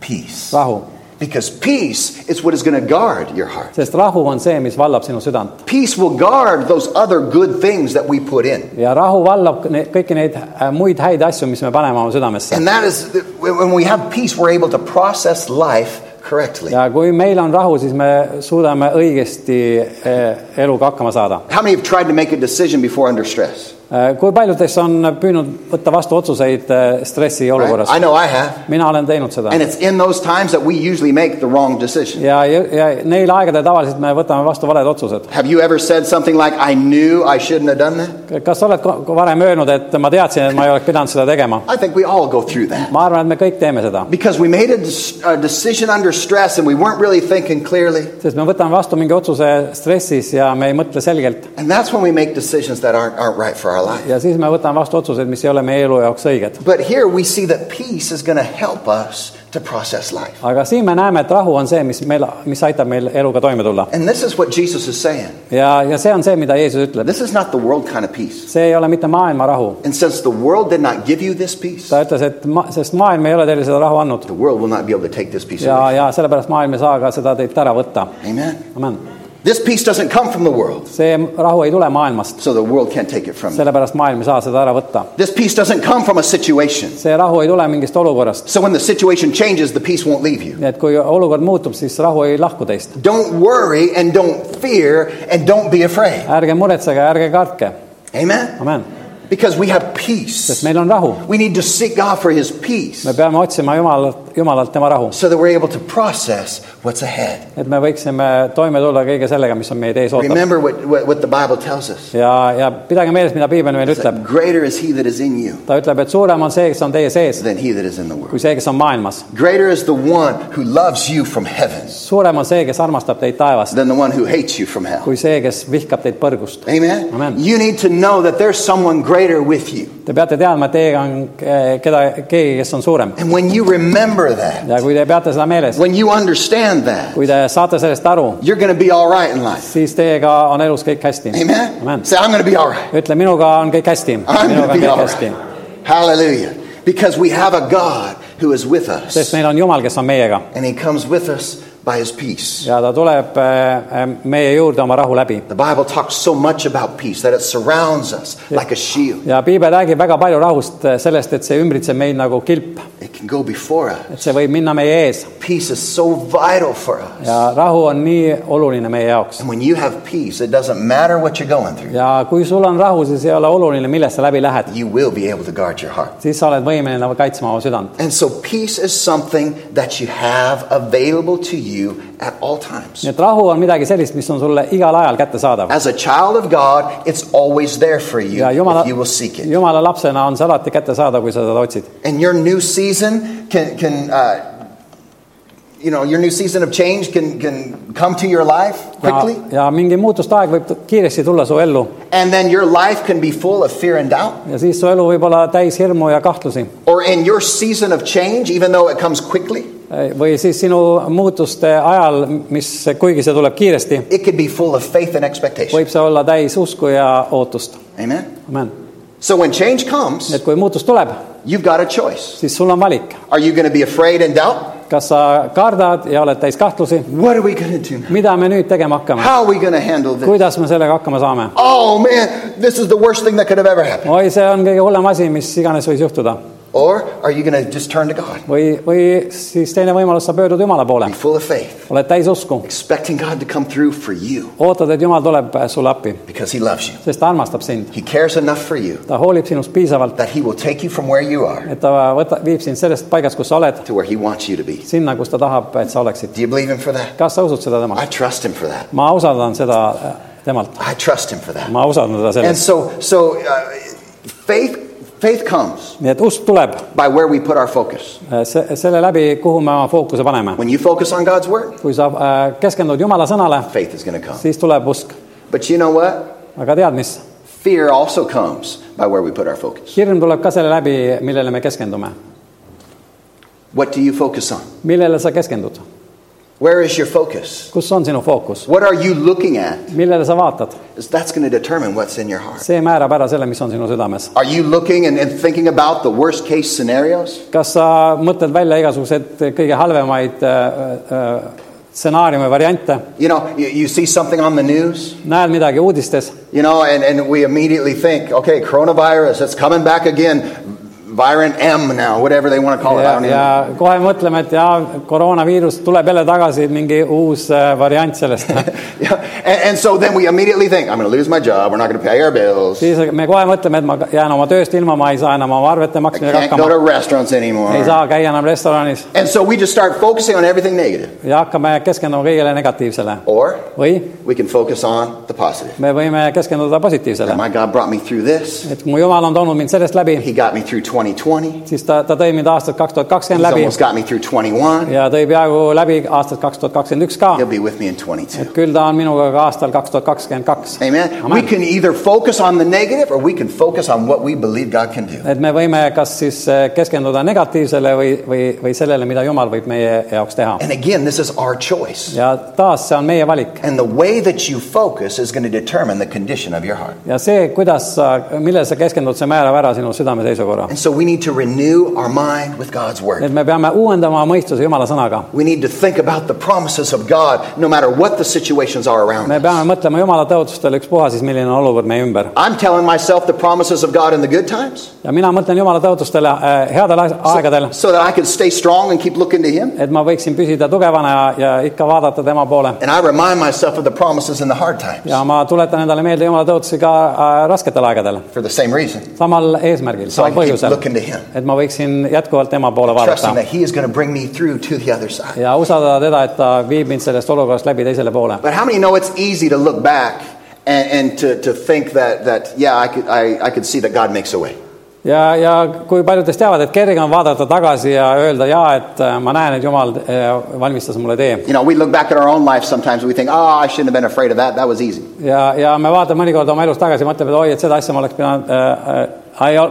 Speaker 1: Peace.
Speaker 2: rahu ,
Speaker 1: Because peace is what is going to guard your heart.
Speaker 2: sest rahu on see , mis vallab sinu südant
Speaker 1: Peace will guard those other good things that we put in.
Speaker 2: ja rahu vallab ne- kõiki neid äh, muid häid asju , mis me paneme oma südamesse
Speaker 1: And that is, when we have peace, we're able to process life correctly.
Speaker 2: ja kui meil on rahu , siis me suudame õigesti äh, eluga hakkama saada .
Speaker 1: How many have tried to make a decision before under stress?
Speaker 2: kui paljud teist on püüdnud võtta vastu otsuseid äh, stressi
Speaker 1: Right?
Speaker 2: olukorras
Speaker 1: I ? know I have.
Speaker 2: mina olen teinud seda
Speaker 1: And it's in those times that we usually make the wrong decision.
Speaker 2: ja , ja neil aegadel tavaliselt me võtame vastu valed otsused .
Speaker 1: Have you ever said something like, I knew I shouldn't have done that?
Speaker 2: kas sa oled ko- varem öelnud , et ma teadsin , et ma ei oleks pidanud seda tegema ?
Speaker 1: I think we all go through that.
Speaker 2: ma arvan , et me kõik teeme seda ,
Speaker 1: Because we made a, des- a decision under stress and we weren't really thinking clearly.
Speaker 2: sest me võtame vastu mingi otsuse stressis ja me ei mõtle selgelt
Speaker 1: And that's when we make decisions that aren't, aren't right for our our life.
Speaker 2: ja siis me võtame vastu otsuseid , mis ei ole meie elu jaoks õiged .
Speaker 1: But here we see that peace is going to help us to process life.
Speaker 2: aga siin me näeme , et rahu on see , mis meil , mis aitab meil eluga toime tulla .
Speaker 1: And this is what Jesus is saying.
Speaker 2: ja , ja see on see , mida Jeesus ütleb .
Speaker 1: This is not the world kind of peace.
Speaker 2: see ei ole mitte maailma rahu .
Speaker 1: And since the world did not give you this peace,
Speaker 2: ta ütles , et ma, sest maailm ei ole teile seda rahu andnud
Speaker 1: the world will not be able to take this peace
Speaker 2: ja ,
Speaker 1: away.
Speaker 2: ja sellepärast maailm ei saa ka seda teilt ära võtta .
Speaker 1: Amen.
Speaker 2: amen .
Speaker 1: This peace doesn't come from the world,
Speaker 2: see rahu ei tule maailmast ,
Speaker 1: so the world can't take it from you.
Speaker 2: sellepärast maailm ei saa seda ära võtta .
Speaker 1: This peace doesn't come from a situation.
Speaker 2: see rahu ei tule mingist olukorrast ,
Speaker 1: So when the situation changes, the peace won't leave you.
Speaker 2: nii et kui olukord muutub , siis rahu ei lahku teist .
Speaker 1: Don't worry and don't fear and don't be afraid.
Speaker 2: ärge muretsege , ärge kartke ,
Speaker 1: Amen.
Speaker 2: amen ,
Speaker 1: Because we have
Speaker 2: sest
Speaker 1: peace.
Speaker 2: meil on rahu .
Speaker 1: We need to seek God for his peace
Speaker 2: me peame otsima Jumalalt , Jumalalt tema rahu ,
Speaker 1: so that we're able to process what's ahead.
Speaker 2: et me võiksime toime tulla kõige sellega , mis on meid ees ootab .
Speaker 1: Remember what, what, what the Bible tells us.
Speaker 2: ja , ja pidage meeles , mida piibel meile ütleb
Speaker 1: That . greater is he that is in you
Speaker 2: ta ütleb , et suurem on see , kes on teie sees ,
Speaker 1: than he that is in the
Speaker 2: kui
Speaker 1: world.
Speaker 2: see , kes on maailmas .
Speaker 1: Greater is the one who loves you from heaven
Speaker 2: suurem on see , kes armastab teid taevast ,
Speaker 1: than the one who hates you from hell.
Speaker 2: kui see , kes vihkab teid põrgust .
Speaker 1: Amen?
Speaker 2: Amen.
Speaker 1: You need to know that there's someone greater with you.
Speaker 2: Te peate teadma , et teiega on eh, keda , keegi , kes on suurem .
Speaker 1: And when you remember that,
Speaker 2: ja kui te peate seda meeles ,
Speaker 1: when you understand that,
Speaker 2: kui te saate sellest aru ,
Speaker 1: you're going to be all right in life.
Speaker 2: siis teiega on elus kõik hästi .
Speaker 1: Amen?
Speaker 2: Amen.
Speaker 1: Say, I'm going to be all right.
Speaker 2: ütle , minuga on kõik hästi .
Speaker 1: I'm going
Speaker 2: minuga
Speaker 1: to
Speaker 2: on
Speaker 1: be all
Speaker 2: kõik hästi .
Speaker 1: right. Hallelujah. Because we have a God who is with
Speaker 2: sest
Speaker 1: us.
Speaker 2: meil on Jumal , kes on meiega
Speaker 1: And he comes with us by his peace.
Speaker 2: ja ta tuleb eh, eh, meie juurde oma rahu läbi .
Speaker 1: The Bible talks so much about peace that it surrounds us like a shield.
Speaker 2: ja piibel räägib väga palju rahust , sellest , et see ümbritseb meid nagu kilp ,
Speaker 1: It can go before us.
Speaker 2: et see võib minna meie ees
Speaker 1: Peace is so vital for us.
Speaker 2: ja rahu on nii oluline meie jaoks .
Speaker 1: And when you have peace, it doesn't matter what you're going through.
Speaker 2: ja kui sul on rahu , siis ei ole oluline , millest sa läbi lähed ,
Speaker 1: You will be able to guard your heart.
Speaker 2: siis sa oled võimeline kaitsma oma südant .
Speaker 1: And so peace is something that you have available to you at all times.
Speaker 2: nii et rahu on midagi sellist , mis on sulle igal ajal kättesaadav .
Speaker 1: As a child of God, it's always there for you
Speaker 2: ja jumala
Speaker 1: if you will seek it.
Speaker 2: jumala lapsena on see alati kättesaadav , kui sa seda otsid .
Speaker 1: And your new season can, can uh, you know, your new season of change can, can come to your life
Speaker 2: ja
Speaker 1: quickly. ,
Speaker 2: ja mingi muutuste aeg võib t- kiiresti tulla su ellu
Speaker 1: And then your life can be full of fear and doubt.
Speaker 2: ja siis su elu võib olla täis hirmu ja kahtlusi .
Speaker 1: Or in your season of change, even though it comes quickly,
Speaker 2: või siis sinu muutuste ajal , mis , kuigi see tuleb kiiresti ,
Speaker 1: it could be full of faith and expectation.
Speaker 2: võib see olla täis usku ja ootust .
Speaker 1: Amen.
Speaker 2: amen .
Speaker 1: So when change comes,
Speaker 2: et kui muutus tuleb ,
Speaker 1: you've got a choice.
Speaker 2: siis sul on valik ,
Speaker 1: Are you going to be afraid and doubt?
Speaker 2: kas sa kardad ja oled täis kahtlusi ,
Speaker 1: What are we going to do now?
Speaker 2: mida me nüüd tegema hakkame ,
Speaker 1: How are we going to handle this?
Speaker 2: kuidas me sellega hakkama saame ?
Speaker 1: Oh man, this is the worst thing that could have ever happened.
Speaker 2: oi , see on kõige hullem asi , mis iganes võis juhtuda .
Speaker 1: Or are you going to just turn to God?
Speaker 2: või , või siis teine võimalus , sa pöördud Jumala poole
Speaker 1: Be , full of faith,
Speaker 2: oled täis usku ,
Speaker 1: expecting God to come through for you
Speaker 2: ootad , et Jumal tuleb äh, sulle appi ,
Speaker 1: because He loves you.
Speaker 2: sest ta armastab sind ,
Speaker 1: He cares enough for you
Speaker 2: ta hoolib sinust piisavalt ,
Speaker 1: that He will take you from where you are
Speaker 2: et ta võta , viib sind sellest paigast , kus sa oled ,
Speaker 1: to where He wants you to be.
Speaker 2: sinna , kus ta tahab , et sa oleksid .
Speaker 1: Do you believe Him for that?
Speaker 2: kas sa usud seda
Speaker 1: I
Speaker 2: temalt ?
Speaker 1: trust Him for that.
Speaker 2: ma usaldan seda äh, temalt ,
Speaker 1: I trust Him for that.
Speaker 2: ma usaldan teda
Speaker 1: And
Speaker 2: sellest ,
Speaker 1: so, so uh, faith, faith comes
Speaker 2: nii et usk tuleb
Speaker 1: by where we put our focus.
Speaker 2: äh, se- selle läbi , kuhu me oma fookuse paneme .
Speaker 1: When you focus on God's word,
Speaker 2: kui sa äh, keskendud Jumala sõnale ,
Speaker 1: faith is going to come.
Speaker 2: siis tuleb usk .
Speaker 1: But you know what?
Speaker 2: aga tead , mis ?
Speaker 1: Fear also comes by where we put our focus.
Speaker 2: hirm tuleb ka selle läbi , millele me keskendume .
Speaker 1: What do you focus on?
Speaker 2: millele sa keskendud ?
Speaker 1: Where is your focus?
Speaker 2: kus on sinu fookus ?
Speaker 1: What are you looking at?
Speaker 2: millele sa vaatad ,
Speaker 1: 'Cause That's going to determine what's in your heart.
Speaker 2: see määrab ära selle , mis on sinu südames .
Speaker 1: Are you looking and, and thinking about the worst case scenarios?
Speaker 2: kas sa mõtled välja igasuguseid kõige halvemaid äh, äh, stsenaariume , variante ,
Speaker 1: You know, you, you see something on the news,
Speaker 2: näed midagi uudistes
Speaker 1: you know, and, and we immediately think, okay, coronavirus, it's coming back again. Virant M now, whatever they want to call it. I
Speaker 2: ja,
Speaker 1: don't even
Speaker 2: ja kohe mõtleme , et jaa , koroonaviirus tuleb jälle tagasi , mingi uus äh, variant sellest .
Speaker 1: Yeah. [laughs] And, and so then we immediately think, I'm going to lose my job. We're not going to pay our bills.
Speaker 2: siis me kohe mõtleme , et ma jään oma tööst ilma , ma ei saa enam oma arvete
Speaker 1: I
Speaker 2: maksmisega
Speaker 1: can't go to
Speaker 2: hakkama ,
Speaker 1: restaurants
Speaker 2: ei
Speaker 1: anymore.
Speaker 2: saa käia enam restoranis
Speaker 1: And so we just start focusing on everything negative.
Speaker 2: ja hakkame keskenduma kõigele negatiivsele
Speaker 1: Or
Speaker 2: või
Speaker 1: we can focus on the positive.
Speaker 2: me võime keskenduda positiivsele
Speaker 1: My God brought me through this.
Speaker 2: et mu jumal on toonud mind sellest läbi ,
Speaker 1: He got me through 20 2020.
Speaker 2: siis ta , ta tõi mind aastat kaks tuhat
Speaker 1: He's
Speaker 2: kakskümmend läbi
Speaker 1: almost got me through 21.
Speaker 2: ja tõi peaaegu läbi aastat kaks tuhat kakskümmend üks ka
Speaker 1: He'll . be with me in 22.
Speaker 2: küll ta on minuga ka aastal kaks tuhat kakskümmend kaks .
Speaker 1: Amen. We can either focus on the negative or we can focus on what we believe God can do.
Speaker 2: et me võime kas siis eh, keskenduda negatiivsele või , või , või sellele , mida Jumal võib meie jaoks teha .
Speaker 1: And again, this is our choice.
Speaker 2: ja taas , see on meie valik
Speaker 1: And the way that you focus is going to determine the condition of your heart.
Speaker 2: ja see , kuidas sa , millele sa keskendud , see määrab ära sinu südame seisukorra .
Speaker 1: And so we need to renew our mind with God's word.
Speaker 2: et me peame uuendama oma mõistuse Jumala sõnaga .
Speaker 1: We need to think about the promises of God no matter what the situations are around
Speaker 2: me
Speaker 1: us.
Speaker 2: peame mõtlema Jumala tõotustele , ükspuha siis , milline on olukord meie ümber .
Speaker 1: I'm telling myself the promises of God in the good times
Speaker 2: ja mina mõtlen Jumala tõotustele eh, headel aeg- aegadel ,
Speaker 1: so that I can stay strong and keep looking to Him.
Speaker 2: et ma võiksin püsida tugevana ja , ja ikka vaadata tema poole .
Speaker 1: And I remind myself of the promises in the hard times
Speaker 2: ja ma tuletan endale meelde Jumala tõotusi ka eh, rasketel aegadel ,
Speaker 1: for the same reason.
Speaker 2: samal
Speaker 1: So
Speaker 2: eesmärgil ,
Speaker 1: I
Speaker 2: samal
Speaker 1: can keep
Speaker 2: põhjusel ,
Speaker 1: looking to Him,
Speaker 2: et ma võiksin jätkuvalt tema poole
Speaker 1: trusting
Speaker 2: vaadata
Speaker 1: that He is going to bring me through to the other side.
Speaker 2: ja usaldada teda , et ta viib mind sellest olukorrast läbi teisele poole .
Speaker 1: But how many know it's easy to look back and, and to, to think that, that yeah, I could, I, I could see that God makes a way?
Speaker 2: ja , ja kui paljud teist teavad , et kerge on vaadata tagasi ja öelda jaa , et eh, ma näen , et Jumal eh, valmistas mulle tee .
Speaker 1: You know, we look back at our own life sometimes and we think, oh, I shouldn't have been afraid of that. That was easy.
Speaker 2: ja , ja me vaatame mõnikord oma elus tagasi ja mõtleme , et oi , et seda asja ma oleks pidanud äh, , äh,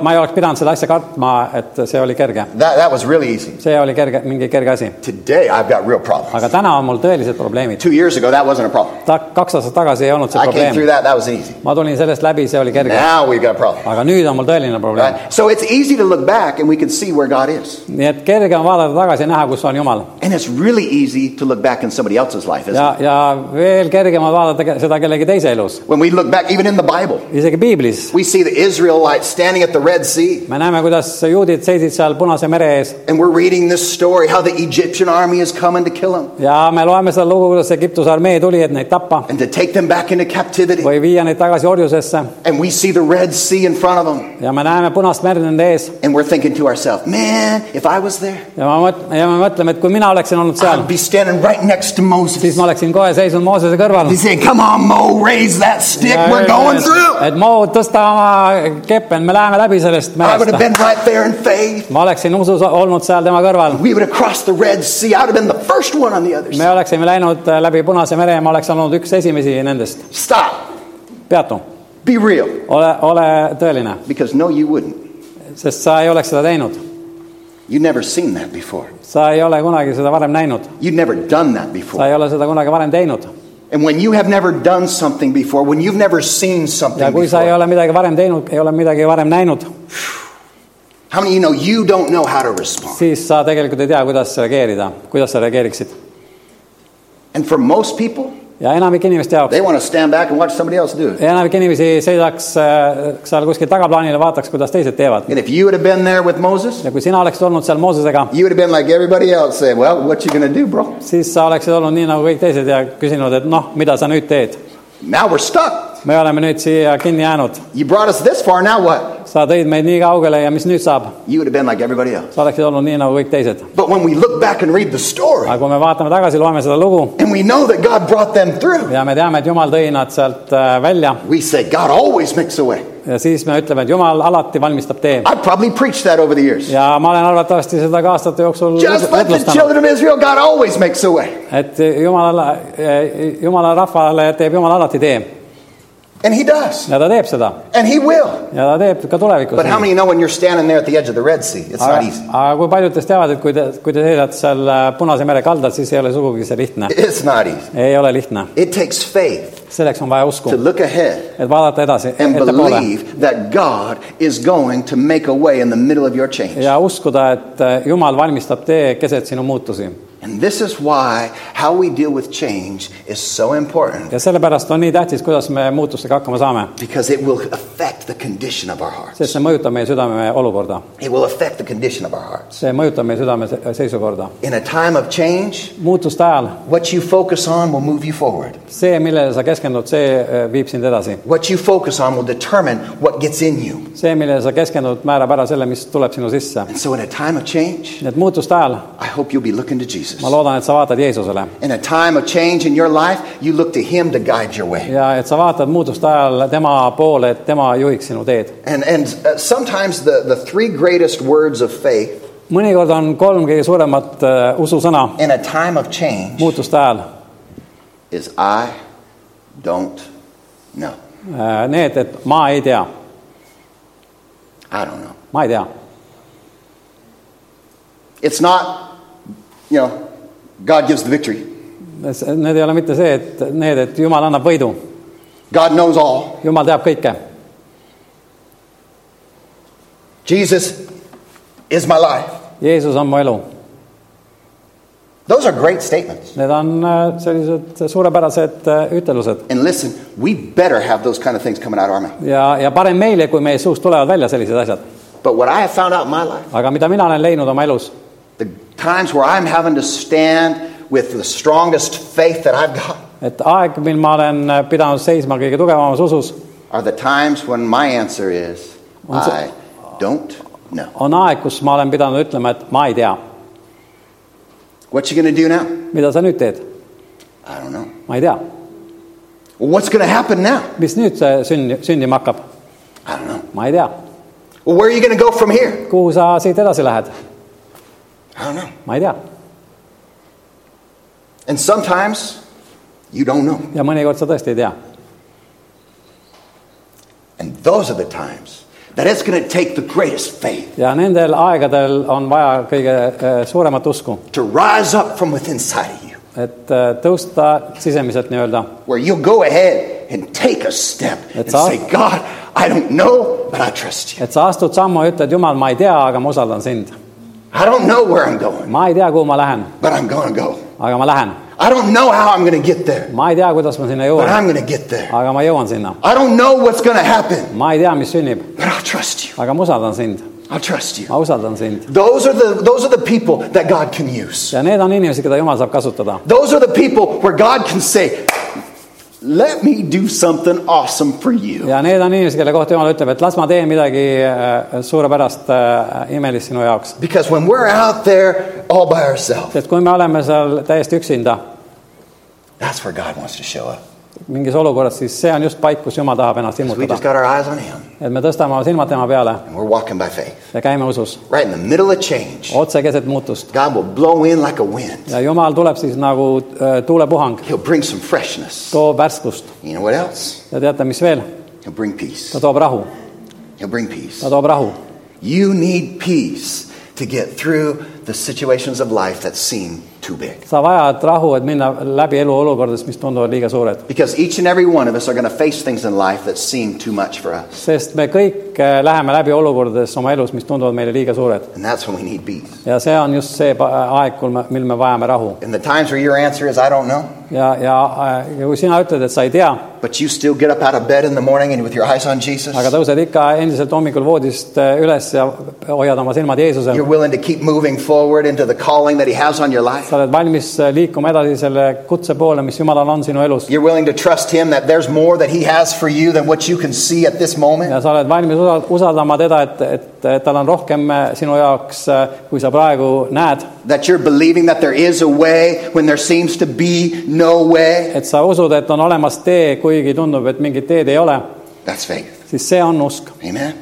Speaker 2: ma ei oleks pidanud seda asja kartma , et see oli kerge .
Speaker 1: That, that was really easy.
Speaker 2: see oli kerge , mingi kerge asi .
Speaker 1: Today, I've got real problems.
Speaker 2: aga täna on mul tõelised probleemid .
Speaker 1: Two years ago, that wasn't a problem.
Speaker 2: ta , kaks aastat tagasi ei olnud see
Speaker 1: I came through
Speaker 2: probleem .
Speaker 1: that. That was easy.
Speaker 2: ma tulin sellest läbi , see oli kerge .
Speaker 1: Now we've got a problem.
Speaker 2: aga nüüd on mul tõeline probleem .
Speaker 1: Right? So it's easy to look back and we can see where God is.
Speaker 2: nii et kerge on vaadata tagasi ja näha , kus on Jumal .
Speaker 1: And it's really easy to look back in somebody else's life. Isn't
Speaker 2: ja , ja veel kergem on vaadata ke- seda kellegi teise elus
Speaker 1: it? . When we look back, even in the Bible,
Speaker 2: isegi piiblis
Speaker 1: we see the Israelites standing at the Red Sea.
Speaker 2: me näeme , kuidas juudid seisid seal Punase mere ees
Speaker 1: And we're reading this story how the Egyptian army is coming to kill them
Speaker 2: ja me loeme seda lugu , kuidas Egiptuse armee tuli , et neid tappa
Speaker 1: and to take them back into captivity.
Speaker 2: või viia neid tagasi orjusesse
Speaker 1: And we see the Red Sea in front of them.
Speaker 2: ja me näeme punast merd nende ees
Speaker 1: And we're thinking to ourselves, man, if I was there,
Speaker 2: ja ma mõt- , ja me mõtleme , et kui mina oleksin olnud seal
Speaker 1: I'd , be standing right next to Moses.
Speaker 2: siis ma oleksin kohe seisnud Moosese kõrval .
Speaker 1: He's saying, come on, Mo, raise that stick. We're going through.
Speaker 2: et Mo , tõsta oma keppen , me läheme läbi sellest
Speaker 1: I would have
Speaker 2: merest .
Speaker 1: been right there in faith.
Speaker 2: ma oleksin usus olnud seal tema kõrval .
Speaker 1: We would have crossed the Red Sea. I would have been the first one on the other
Speaker 2: me
Speaker 1: side.
Speaker 2: oleksime läinud äh, läbi Punase mere ja ma oleks olnud üks esimesi nendest .
Speaker 1: Stop.
Speaker 2: peatu ,
Speaker 1: Be real.
Speaker 2: ole , ole tõeline ,
Speaker 1: Because no, you wouldn't.
Speaker 2: sest sa ei oleks seda teinud .
Speaker 1: You'd never seen that before.
Speaker 2: sa ei ole kunagi seda varem näinud ,
Speaker 1: You'd never done that
Speaker 2: sa
Speaker 1: before.
Speaker 2: ei ole seda kunagi varem teinud .
Speaker 1: And when you have never done something before, when you've never seen
Speaker 2: ja
Speaker 1: something
Speaker 2: kui sa ei
Speaker 1: before,
Speaker 2: ole midagi varem teinud , ei ole midagi varem näinud ,
Speaker 1: how many of you know you don't know how to respond?
Speaker 2: siis sa tegelikult ei tea , kuidas reageerida , kuidas sa reageeriksid .
Speaker 1: And for most people,
Speaker 2: ja enamik inimeste jaoks ,
Speaker 1: they want to stand back and watch somebody else do it.
Speaker 2: enamik inimesi seisaks äh, seal kuskil tagaplaanil ja vaataks , kuidas teised teevad .
Speaker 1: And if you would have been there with Moses,
Speaker 2: ja kui sina oleksid olnud seal Moosesega ,
Speaker 1: you would have been like everybody else saying, well, what you going to do, bro?
Speaker 2: siis sa oleksid olnud nii nagu kõik teised ja küsinud , et noh , mida sa nüüd teed .
Speaker 1: Now we're stuck.
Speaker 2: me oleme nüüd siia kinni jäänud ,
Speaker 1: You brought us this far, now what?
Speaker 2: sa tõid meid nii kaugele ja mis nüüd saab ?
Speaker 1: You would have been like everybody else.
Speaker 2: sa oleksid olnud nii nagu kõik teised .
Speaker 1: But when we look back and read the story,
Speaker 2: aga kui me vaatame tagasi , loeme seda lugu
Speaker 1: and we know that God brought them through,
Speaker 2: ja me teame , et Jumal tõi nad sealt äh, välja
Speaker 1: we say, God always makes a way.
Speaker 2: ja siis me ütleme , et Jumal alati valmistab tee .
Speaker 1: I probably preached that over the years.
Speaker 2: ja ma olen arvatavasti seda ka aastate jooksul
Speaker 1: Just like the
Speaker 2: ütlustanud ,
Speaker 1: children of Israel, God always makes a way.
Speaker 2: et Jumal , Jumala rahvale teeb Jumal alati tee
Speaker 1: And He does.
Speaker 2: ja ta teeb seda
Speaker 1: And He will.
Speaker 2: ja ta teeb ka tulevikus
Speaker 1: But how many know when you're standing there at the edge of the Red Sea, it's
Speaker 2: aga
Speaker 1: not easy?
Speaker 2: aga kui paljud teist teavad , et kui te , kui te seisate seal äh, Punase mere kaldal , siis ei ole sugugi see lihtne ,
Speaker 1: It's not easy.
Speaker 2: ei ole lihtne ,
Speaker 1: It takes faith
Speaker 2: selleks on vaja usku
Speaker 1: to , look ahead
Speaker 2: et vaadata edasi ,
Speaker 1: and
Speaker 2: ettepoole
Speaker 1: believe that God is going to make a way in the middle of your change.
Speaker 2: ja uskuda , et äh, Jumal valmistab tee keset sinu muutusi
Speaker 1: And this is why how we deal with change is so important.
Speaker 2: ja sellepärast on nii tähtis , kuidas me muutustega hakkama saame ,
Speaker 1: Because it will affect the condition of our hearts.
Speaker 2: sest see mõjutab meie südame olukorda ,
Speaker 1: It will affect the condition of our hearts.
Speaker 2: see mõjutab meie südame se- seisukorda .
Speaker 1: In a time of change,
Speaker 2: muutuste ajal
Speaker 1: what you focus on will move you forward.
Speaker 2: see , millele sa keskendud , see eh, viib sind edasi .
Speaker 1: What you focus on will determine what gets in you.
Speaker 2: see , millele sa keskendud , määrab ära selle , mis tuleb sinu sisse .
Speaker 1: And so, in a time of change,
Speaker 2: nii et muutuste ajal
Speaker 1: I hope you'll be looking to Jesus.
Speaker 2: ma loodan , et sa vaatad Jeesusele
Speaker 1: In a time of change in your life, you look to Him to guide your way.
Speaker 2: ja et sa vaatad muutuste ajal tema poole , et tema juhiks sinu teed .
Speaker 1: And, and uh, sometimes the, the three greatest words of faith
Speaker 2: mõnikord on kolm kõige suuremat äh, ususõna
Speaker 1: in a time of change
Speaker 2: muutuste ajal
Speaker 1: is I don't know.
Speaker 2: äh, need , et ma ei tea ,
Speaker 1: I don't know.
Speaker 2: ma ei tea .
Speaker 1: It's not, you know, God gives the victory.
Speaker 2: Need ei ole mitte see , et need , et Jumal annab võidu ,
Speaker 1: God knows all.
Speaker 2: Jumal teab kõike .
Speaker 1: Jesus is my life.
Speaker 2: Jeesus on mu elu .
Speaker 1: Those are great statements.
Speaker 2: Need on äh, sellised suurepärased äh, ütelused
Speaker 1: And listen, we better have those kind of things coming out of our mouth.
Speaker 2: ja , ja parem meile , kui meie suust tulevad välja sellised asjad .
Speaker 1: But what I have found out in my life,
Speaker 2: aga mida mina olen leidnud oma elus ,
Speaker 1: the times where I'm having to stand with the strongest faith that I've got,
Speaker 2: et aeg , mil ma olen äh, pidanud seisma kõige tugevamas usus ,
Speaker 1: are the times when my answer is,
Speaker 2: Once a-
Speaker 1: I don't know.
Speaker 2: on aeg , kus ma olen pidanud ütlema , et ma ei tea .
Speaker 1: What you going to do now?
Speaker 2: mida sa nüüd teed ?
Speaker 1: I don't know.
Speaker 2: ma ei tea .
Speaker 1: Well, what's going to happen now?
Speaker 2: mis nüüd see sünni , sündima hakkab ?
Speaker 1: I don't know.
Speaker 2: ma ei tea .
Speaker 1: Well, where are you going to go from here?
Speaker 2: kuhu sa siit edasi lähed ?
Speaker 1: I don't know.
Speaker 2: ma ei tea .
Speaker 1: And sometimes you don't know.
Speaker 2: ja mõnikord sa tõesti ei tea .
Speaker 1: And those are the times that it's going to take the greatest faith
Speaker 2: ja nendel aegadel on vaja kõige eh, suuremat usku ,
Speaker 1: to rise up from within inside of you,
Speaker 2: et eh, tõusta sisemiselt nii-öelda ,
Speaker 1: where you'll go ahead and take a step and
Speaker 2: That's all.
Speaker 1: say, God, I don't know, but I trust you.
Speaker 2: et sa astud sammu ja ütled , Jumal , ma ei tea , aga ma usaldan sind .
Speaker 1: I don't know where I'm going,
Speaker 2: ma ei tea , kuhu ma lähen ,
Speaker 1: but I'm going to go.
Speaker 2: aga ma lähen .
Speaker 1: I don't know how I'm going to get there,
Speaker 2: ma ei tea , kuidas ma sinna
Speaker 1: but
Speaker 2: jõuan ,
Speaker 1: I'm going to get there.
Speaker 2: aga ma jõuan sinna .
Speaker 1: I don't know what's going to happen,
Speaker 2: ma ei tea , mis sünnib ,
Speaker 1: but I'll trust you.
Speaker 2: aga ma usaldan sind ,
Speaker 1: I'll trust you.
Speaker 2: ma usaldan sind .
Speaker 1: Those are the, those are the people that God can use.
Speaker 2: ja need on inimesed , keda Jumal saab kasutada .
Speaker 1: Those are the people where God can say, Let me do something awesome for you.
Speaker 2: ja need on inimesed , kelle kohta Jumal ütleb , et las ma teen midagi eh, suurepärast , imelist sinu jaoks .
Speaker 1: Because when we're out there all by ourselves,
Speaker 2: et kui me oleme seal täiesti üksinda
Speaker 1: that's where God wants to show up.
Speaker 2: mingis olukorras , siis see on just paik , kus Jumal tahab ennast
Speaker 1: 'Cause We just
Speaker 2: ilmutada .
Speaker 1: got our eyes on Him
Speaker 2: et me tõstame oma silmad tema peale
Speaker 1: and we're walking by faith.
Speaker 2: ja käime usus ,
Speaker 1: Right in the middle of change,
Speaker 2: otse keset muutust .
Speaker 1: God will blow in like a wind.
Speaker 2: ja Jumal tuleb siis nagu äh, tuulepuhang ,
Speaker 1: He'll bring some freshness.
Speaker 2: toob värskust
Speaker 1: You know what else?
Speaker 2: ja teate , mis veel ?
Speaker 1: He'll bring peace.
Speaker 2: ta toob rahu ,
Speaker 1: He'll bring peace.
Speaker 2: ta toob rahu .
Speaker 1: You need peace to get through the situations of life that seem too big.
Speaker 2: sa vajad rahu , et minna läbi elu olukordadest , mis tunduvad liiga suured .
Speaker 1: Because each and every one of us are going to face things in life that seem too much for us.
Speaker 2: sest me kõik äh, läheme läbi olukordades oma elus , mis tunduvad meile liiga suured .
Speaker 1: And that's when we need peace.
Speaker 2: ja see on just see pa- aeg , kui me , mil me vajame rahu .
Speaker 1: In the times where your answer is, I don't know,
Speaker 2: ja , ja , ja kui sina ütled , et sa ei tea
Speaker 1: but you still get up out of bed in the morning and with your eyes on Jesus,
Speaker 2: aga tõused ikka endiselt hommikul voodist äh, üles ja hoiad oma silmad Jeesusel
Speaker 1: you're . willing to keep moving forward into the calling that He has on your life.
Speaker 2: sa oled valmis äh, liikuma edasi selle kutse poole , mis Jumalal on sinu elus
Speaker 1: You're willing to trust Him that there's more that He has for you than what you can see at this moment.
Speaker 2: ja sa oled valmis usa- usaldama teda , et , et et tal on rohkem äh, sinu jaoks , kui sa praegu näed .
Speaker 1: That you're believing that there is a way when there seems to be no way.
Speaker 2: et sa usud , et on olemas tee , kuigi tundub , et mingit teed ei ole ,
Speaker 1: That's faith.
Speaker 2: siis see on usk .
Speaker 1: Amen.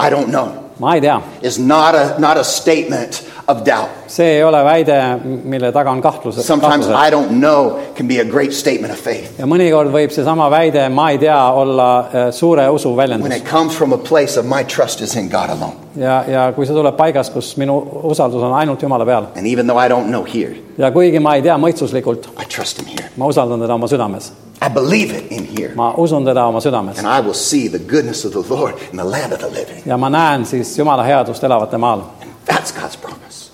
Speaker 1: I don't know
Speaker 2: ma ei tea ,
Speaker 1: is not a, not a statement of doubt.
Speaker 2: see ei ole väide , mille taga on kahtlused ,
Speaker 1: Sometimes
Speaker 2: kahtlused .
Speaker 1: I don't know can be a great statement of faith.
Speaker 2: ja mõnikord võib seesama väide , ma ei tea , olla äh, suure usu väljendus
Speaker 1: when it comes from a place of my trust is in God alone.
Speaker 2: ja , ja kui see tuleb paigas , kus minu usaldus on ainult Jumala peal
Speaker 1: And even though I don't know here,
Speaker 2: ja kuigi ma ei tea mõistuslikult ,
Speaker 1: I trust Him here.
Speaker 2: ma usaldan teda oma südames ,
Speaker 1: I believe it in here.
Speaker 2: ma usun teda oma südames
Speaker 1: And I will see the goodness of the Lord in the land of the living.
Speaker 2: ja ma näen siis Jumala headust elavate maal
Speaker 1: And that's God's promise.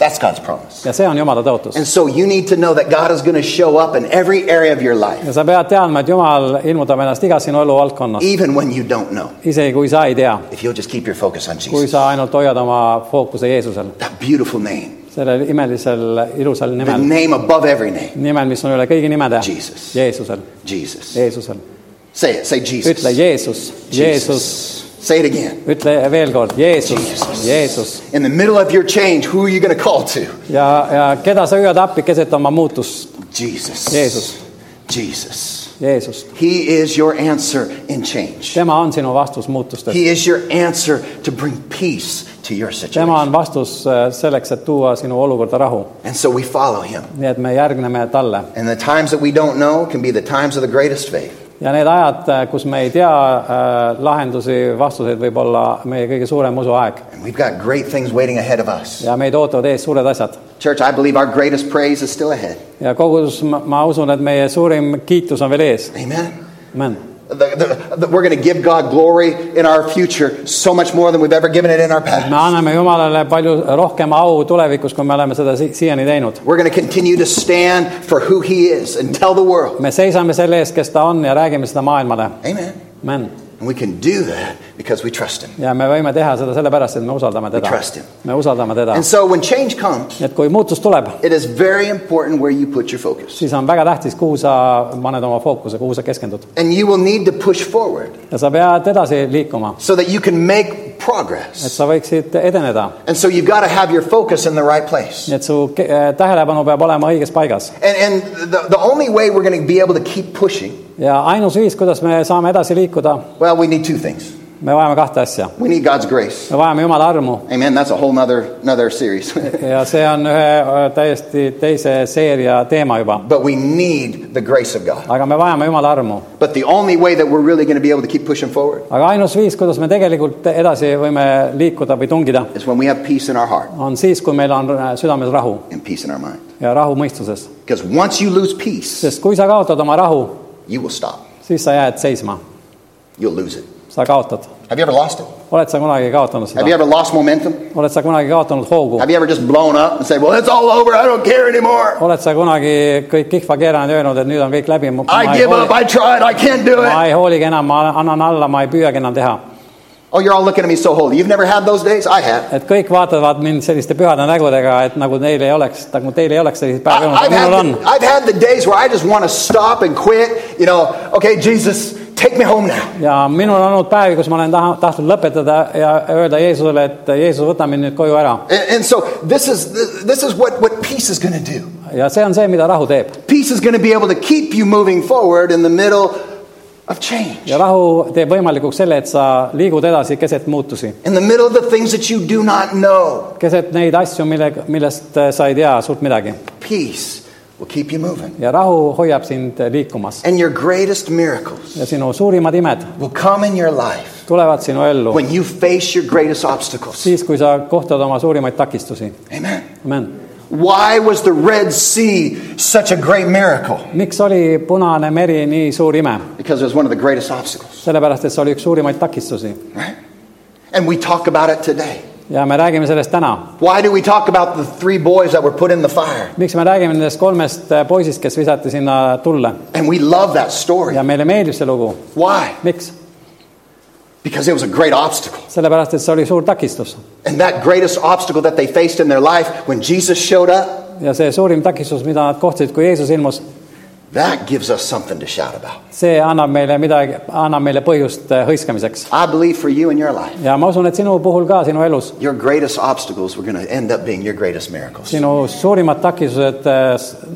Speaker 1: That's God's promise.
Speaker 2: ja see on Jumala tõotus .
Speaker 1: And so you need to know that God is going to show up in every area of your life,
Speaker 2: ja sa pead teadma , et Jumal ilmutab ennast igas sinu eluvaldkonnas ,
Speaker 1: even when you don't know,
Speaker 2: isegi kui sa ei tea ,
Speaker 1: if you'll just keep your focus on
Speaker 2: kui
Speaker 1: Jesus.
Speaker 2: sa ainult hoiad oma fookuse Jeesusel ,
Speaker 1: That beautiful name,
Speaker 2: sellel imelisel ilusal
Speaker 1: the
Speaker 2: nimel ,
Speaker 1: name above every name
Speaker 2: nimel , mis on üle kõigi nimede ,
Speaker 1: Jesus.
Speaker 2: Jeesusel ,
Speaker 1: Jesus.
Speaker 2: Jeesusel .
Speaker 1: Say it, say
Speaker 2: ütle
Speaker 1: Jesus.
Speaker 2: Jeesus , Jeesus ,
Speaker 1: Say it again.
Speaker 2: ütle veel kord , Jeesus , Jeesus
Speaker 1: In the middle of your change, who are you going to call to?
Speaker 2: ja , ja keda sa hüüad appi keset oma muutust ,
Speaker 1: Jesus.
Speaker 2: Jeesus.
Speaker 1: Jesus.
Speaker 2: Jeesus .
Speaker 1: He is your answer in change.
Speaker 2: tema on sinu vastus muutustele ,
Speaker 1: He is your answer to bring peace to your situation.
Speaker 2: tema on vastus äh, selleks , et tuua sinu olukorda rahu ,
Speaker 1: And so we follow him.
Speaker 2: nii et me järgneme talle
Speaker 1: And the times that we don't know can be the times of the greatest faith.
Speaker 2: ja need ajad , kus me ei tea äh, lahendusi , vastuseid , võib olla meie kõige suurem usuaeg
Speaker 1: And we've got great things waiting ahead of us.
Speaker 2: ja meid ootavad ees suured asjad
Speaker 1: Church, I believe our greatest praise is still ahead.
Speaker 2: ja kogus , ma usun , et meie suurim kiitus on veel ees ,
Speaker 1: Amen.
Speaker 2: amen .
Speaker 1: The, the, the, we're going to give God glory in our future so much more than we've ever given it in our
Speaker 2: me
Speaker 1: past.
Speaker 2: anname Jumalale palju rohkem au tulevikus , kui me oleme seda si- siiani teinud .
Speaker 1: We're going to continue to stand for who He is and tell the world.
Speaker 2: me seisame selle eest , kes ta on ja räägime seda maailmale ,
Speaker 1: Amen.
Speaker 2: amen .
Speaker 1: And we can do that because we trust Him.
Speaker 2: ja me võime teha seda sellepärast , et me usaldame teda
Speaker 1: We trust him. .
Speaker 2: me usaldame teda
Speaker 1: And . so when change comes,
Speaker 2: et kui muutus tuleb ,
Speaker 1: it is very important where you put your focus.
Speaker 2: siis on väga tähtis , kuhu sa paned oma fookuse , kuhu sa keskendud
Speaker 1: And you will need to push forward
Speaker 2: ja sa pead edasi liikuma ,
Speaker 1: so that you can make
Speaker 2: et
Speaker 1: progress.
Speaker 2: sa võiksid edeneda .
Speaker 1: And so you've got to have your focus in the right place.
Speaker 2: nii et su ke- eh, tähelepanu peab olema õiges paigas
Speaker 1: And, and the, the only way we're going to be able to keep pushing,
Speaker 2: ja ainus viis , kuidas me saame edasi liikuda ,
Speaker 1: well, we need two things.
Speaker 2: me vajame kahte asja .
Speaker 1: We need God's grace.
Speaker 2: me vajame Jumala armu
Speaker 1: Amen. That's a whole nother, another series. [laughs]
Speaker 2: ja see on ühe eh, täiesti teise seeria teema juba ,
Speaker 1: but we need the grace of God.
Speaker 2: aga me vajame Jumala armu .
Speaker 1: But the only way that we're really going to be able to keep pushing forward
Speaker 2: aga ainus viis , kuidas me tegelikult edasi võime liikuda või tungida ,
Speaker 1: is when we have peace in our heart
Speaker 2: on siis , kui meil on eh, südames rahu
Speaker 1: and peace in our mind.
Speaker 2: ja rahu mõistuses ,
Speaker 1: Because once you lose peace,
Speaker 2: sest kui sa kaotad oma rahu ,
Speaker 1: you will stop.
Speaker 2: siis sa jääd seisma ,
Speaker 1: You'll lose it.
Speaker 2: sa kaotad .
Speaker 1: Have you ever lost it?
Speaker 2: oled sa kunagi kaotanud
Speaker 1: Have you
Speaker 2: seda ?
Speaker 1: ever lost momentum?
Speaker 2: oled sa kunagi kaotanud hoogu ?
Speaker 1: Have you ever just blown up and said, well, it's all over. I don't care anymore.
Speaker 2: oled sa kunagi kõik kihva keeranud ja öelnud , et nüüd on kõik läbi , ma
Speaker 1: I
Speaker 2: ei
Speaker 1: give up.
Speaker 2: hooli-
Speaker 1: I tried. I can't do
Speaker 2: ma
Speaker 1: it.
Speaker 2: ei hooligi enam , ma annan alla , ma ei püüagi enam teha .
Speaker 1: Oh, you're all looking at me so holy. You've never had those days? I have.
Speaker 2: et kõik vaatavad mind selliste pühade nägudega , et nagu neil ei oleks , nagu teil ei oleks selliseid päevi olnud ,
Speaker 1: I, have
Speaker 2: aga minul
Speaker 1: had
Speaker 2: on
Speaker 1: the, I've had the days where I just want to stop and quit. You know, okay, Jesus, take me home now.
Speaker 2: ja minul on olnud päevi , kus ma olen taha, tahtnud lõpetada ja öelda Jeesusele , et Jeesus , võta mind nüüd koju ära .
Speaker 1: And, and so this is, this is what, what peace is going to do.
Speaker 2: ja see on see , mida rahu teeb
Speaker 1: Peace is going to be able to keep you moving forward in the middle of change,
Speaker 2: ja rahu teeb võimalikuks selle , et sa liigud edasi keset muutusi ,
Speaker 1: in the middle of the things that you do not know.
Speaker 2: keset neid asju , mille , millest sa ei tea suurt midagi
Speaker 1: Peace will keep you moving.
Speaker 2: ja rahu hoiab sind liikumas
Speaker 1: And your greatest miracles
Speaker 2: ja sinu suurimad imed
Speaker 1: will come in your life
Speaker 2: tulevad sinu ellu
Speaker 1: when you face your greatest obstacles.
Speaker 2: siis , kui sa kohtad oma suurimaid takistusi .
Speaker 1: Amen.
Speaker 2: amen .
Speaker 1: Why was the Red Sea such a great miracle?
Speaker 2: miks oli Punane meri nii suur ime ?
Speaker 1: Because it was one of the greatest obstacles,
Speaker 2: sellepärast , et see oli üks suurimaid takistusi
Speaker 1: right? And we talk about it today.
Speaker 2: ja me räägime sellest täna .
Speaker 1: Why do we talk about the three boys that were put in the fire?
Speaker 2: miks me räägime nendest kolmest äh, poisist , kes visati sinna tulle
Speaker 1: And we love that story.
Speaker 2: ja meile meeldib see lugu .
Speaker 1: Why?
Speaker 2: miks ?
Speaker 1: Because it was a great obstacle.
Speaker 2: sellepärast , et see oli suur takistus
Speaker 1: And that greatest obstacle that they faced in their life when Jesus showed up,
Speaker 2: ja see suurim takistus , mida nad kohtasid , kui Jeesus ilmus ,
Speaker 1: that gives us something to shout about.
Speaker 2: see annab meile midagi , annab meile põhjust äh, hõiskamiseks .
Speaker 1: I believe for you in your life,
Speaker 2: ja ma usun , et sinu puhul ka , sinu elus ,
Speaker 1: your greatest obstacles were going to end up being your greatest miracles.
Speaker 2: sinu suurimad takistused ,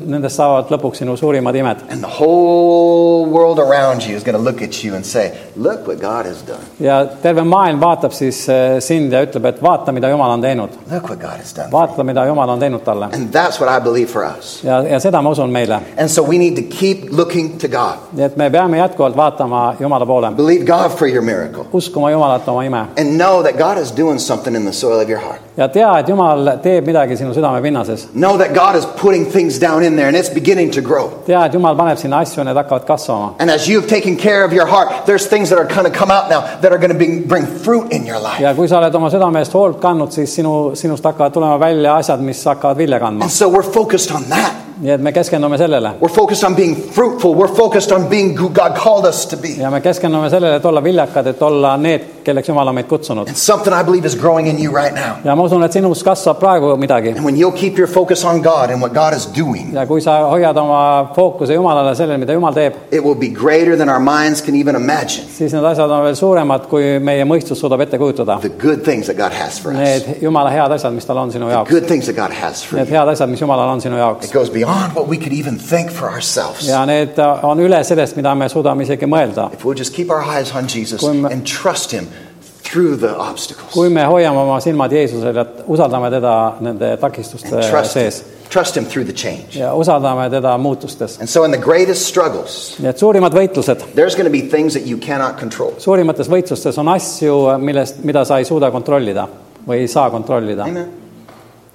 Speaker 2: nendest saavad lõpuks sinu suurimad imed
Speaker 1: And the whole world around you is going to look at you and say, Look what God has done.
Speaker 2: ja terve maailm vaatab siis äh, sind ja ütleb , et vaata , mida Jumal on teinud .
Speaker 1: Look what God has done.
Speaker 2: vaata , mida Jumal on teinud talle
Speaker 1: And that's what I believe for us.
Speaker 2: ja , ja seda ma usun meile ,
Speaker 1: And so we need to keep looking to God.
Speaker 2: nii et me peame jätkuvalt vaatama Jumala poole ,
Speaker 1: Believe God for your miracle.
Speaker 2: uskuma Jumalat oma ime
Speaker 1: And know that God is doing something in the soil of your heart.
Speaker 2: ja tea , et Jumal teeb midagi sinu südamepinnases .
Speaker 1: Know that God is putting things down in there and it's beginning to grow.
Speaker 2: tea , et Jumal paneb sinna asju , need hakkavad kasvama
Speaker 1: And as you've taken care of your heart, there's things that are going to come out now that are going to be, bring fruit in your life.
Speaker 2: ja kui sa oled oma südame eest hoolt kandnud , siis sinu , sinust hakkavad tulema välja asjad , mis hakkavad vilja kandma
Speaker 1: And . so we're focused on that.
Speaker 2: nii et me keskendume sellele
Speaker 1: We're focused on being fruitful. We're focused on being who God called us to be.
Speaker 2: ja me keskendume sellele , et olla viljakad , et olla need , kelleks Jumal on meid kutsunud .
Speaker 1: Something I believe is growing in you right now.
Speaker 2: ja ma usun , et sinus kasvab praegu midagi
Speaker 1: And when you'll keep your focus on God and what God is doing,
Speaker 2: ja kui sa hoiad oma fookuse Jumalale , sellele , mida Jumal teeb ,
Speaker 1: it will be greater than our minds can even imagine.
Speaker 2: siis need asjad on veel suuremad , kui meie mõistus suudab ette kujutada .
Speaker 1: The good things that God has for us,
Speaker 2: Need Jumala head asjad , mis tal on sinu
Speaker 1: the
Speaker 2: jaoks ,
Speaker 1: good things that God has for
Speaker 2: need
Speaker 1: you.
Speaker 2: head asjad , mis Jumalal on sinu
Speaker 1: It
Speaker 2: jaoks
Speaker 1: goes beyond what we could even think for ourselves.
Speaker 2: ja need on üle sellest , mida me suudame isegi mõelda .
Speaker 1: If we'll just keep our eyes on Jesus
Speaker 2: Kui me-
Speaker 1: and trust Him through the
Speaker 2: kui
Speaker 1: obstacles,
Speaker 2: me hoiame oma silmad Jeesusel ja usaldame teda nende takistuste
Speaker 1: trust Him,
Speaker 2: sees
Speaker 1: trust Him through the change.
Speaker 2: ja usaldame teda muutustes .
Speaker 1: And so, in the greatest struggles,
Speaker 2: nii et suurimad võitlused ,
Speaker 1: there's going to be things that you cannot control.
Speaker 2: suurimates võitlustes on asju , millest , mida sa ei suuda kontrollida või ei saa kontrollida .
Speaker 1: Amen.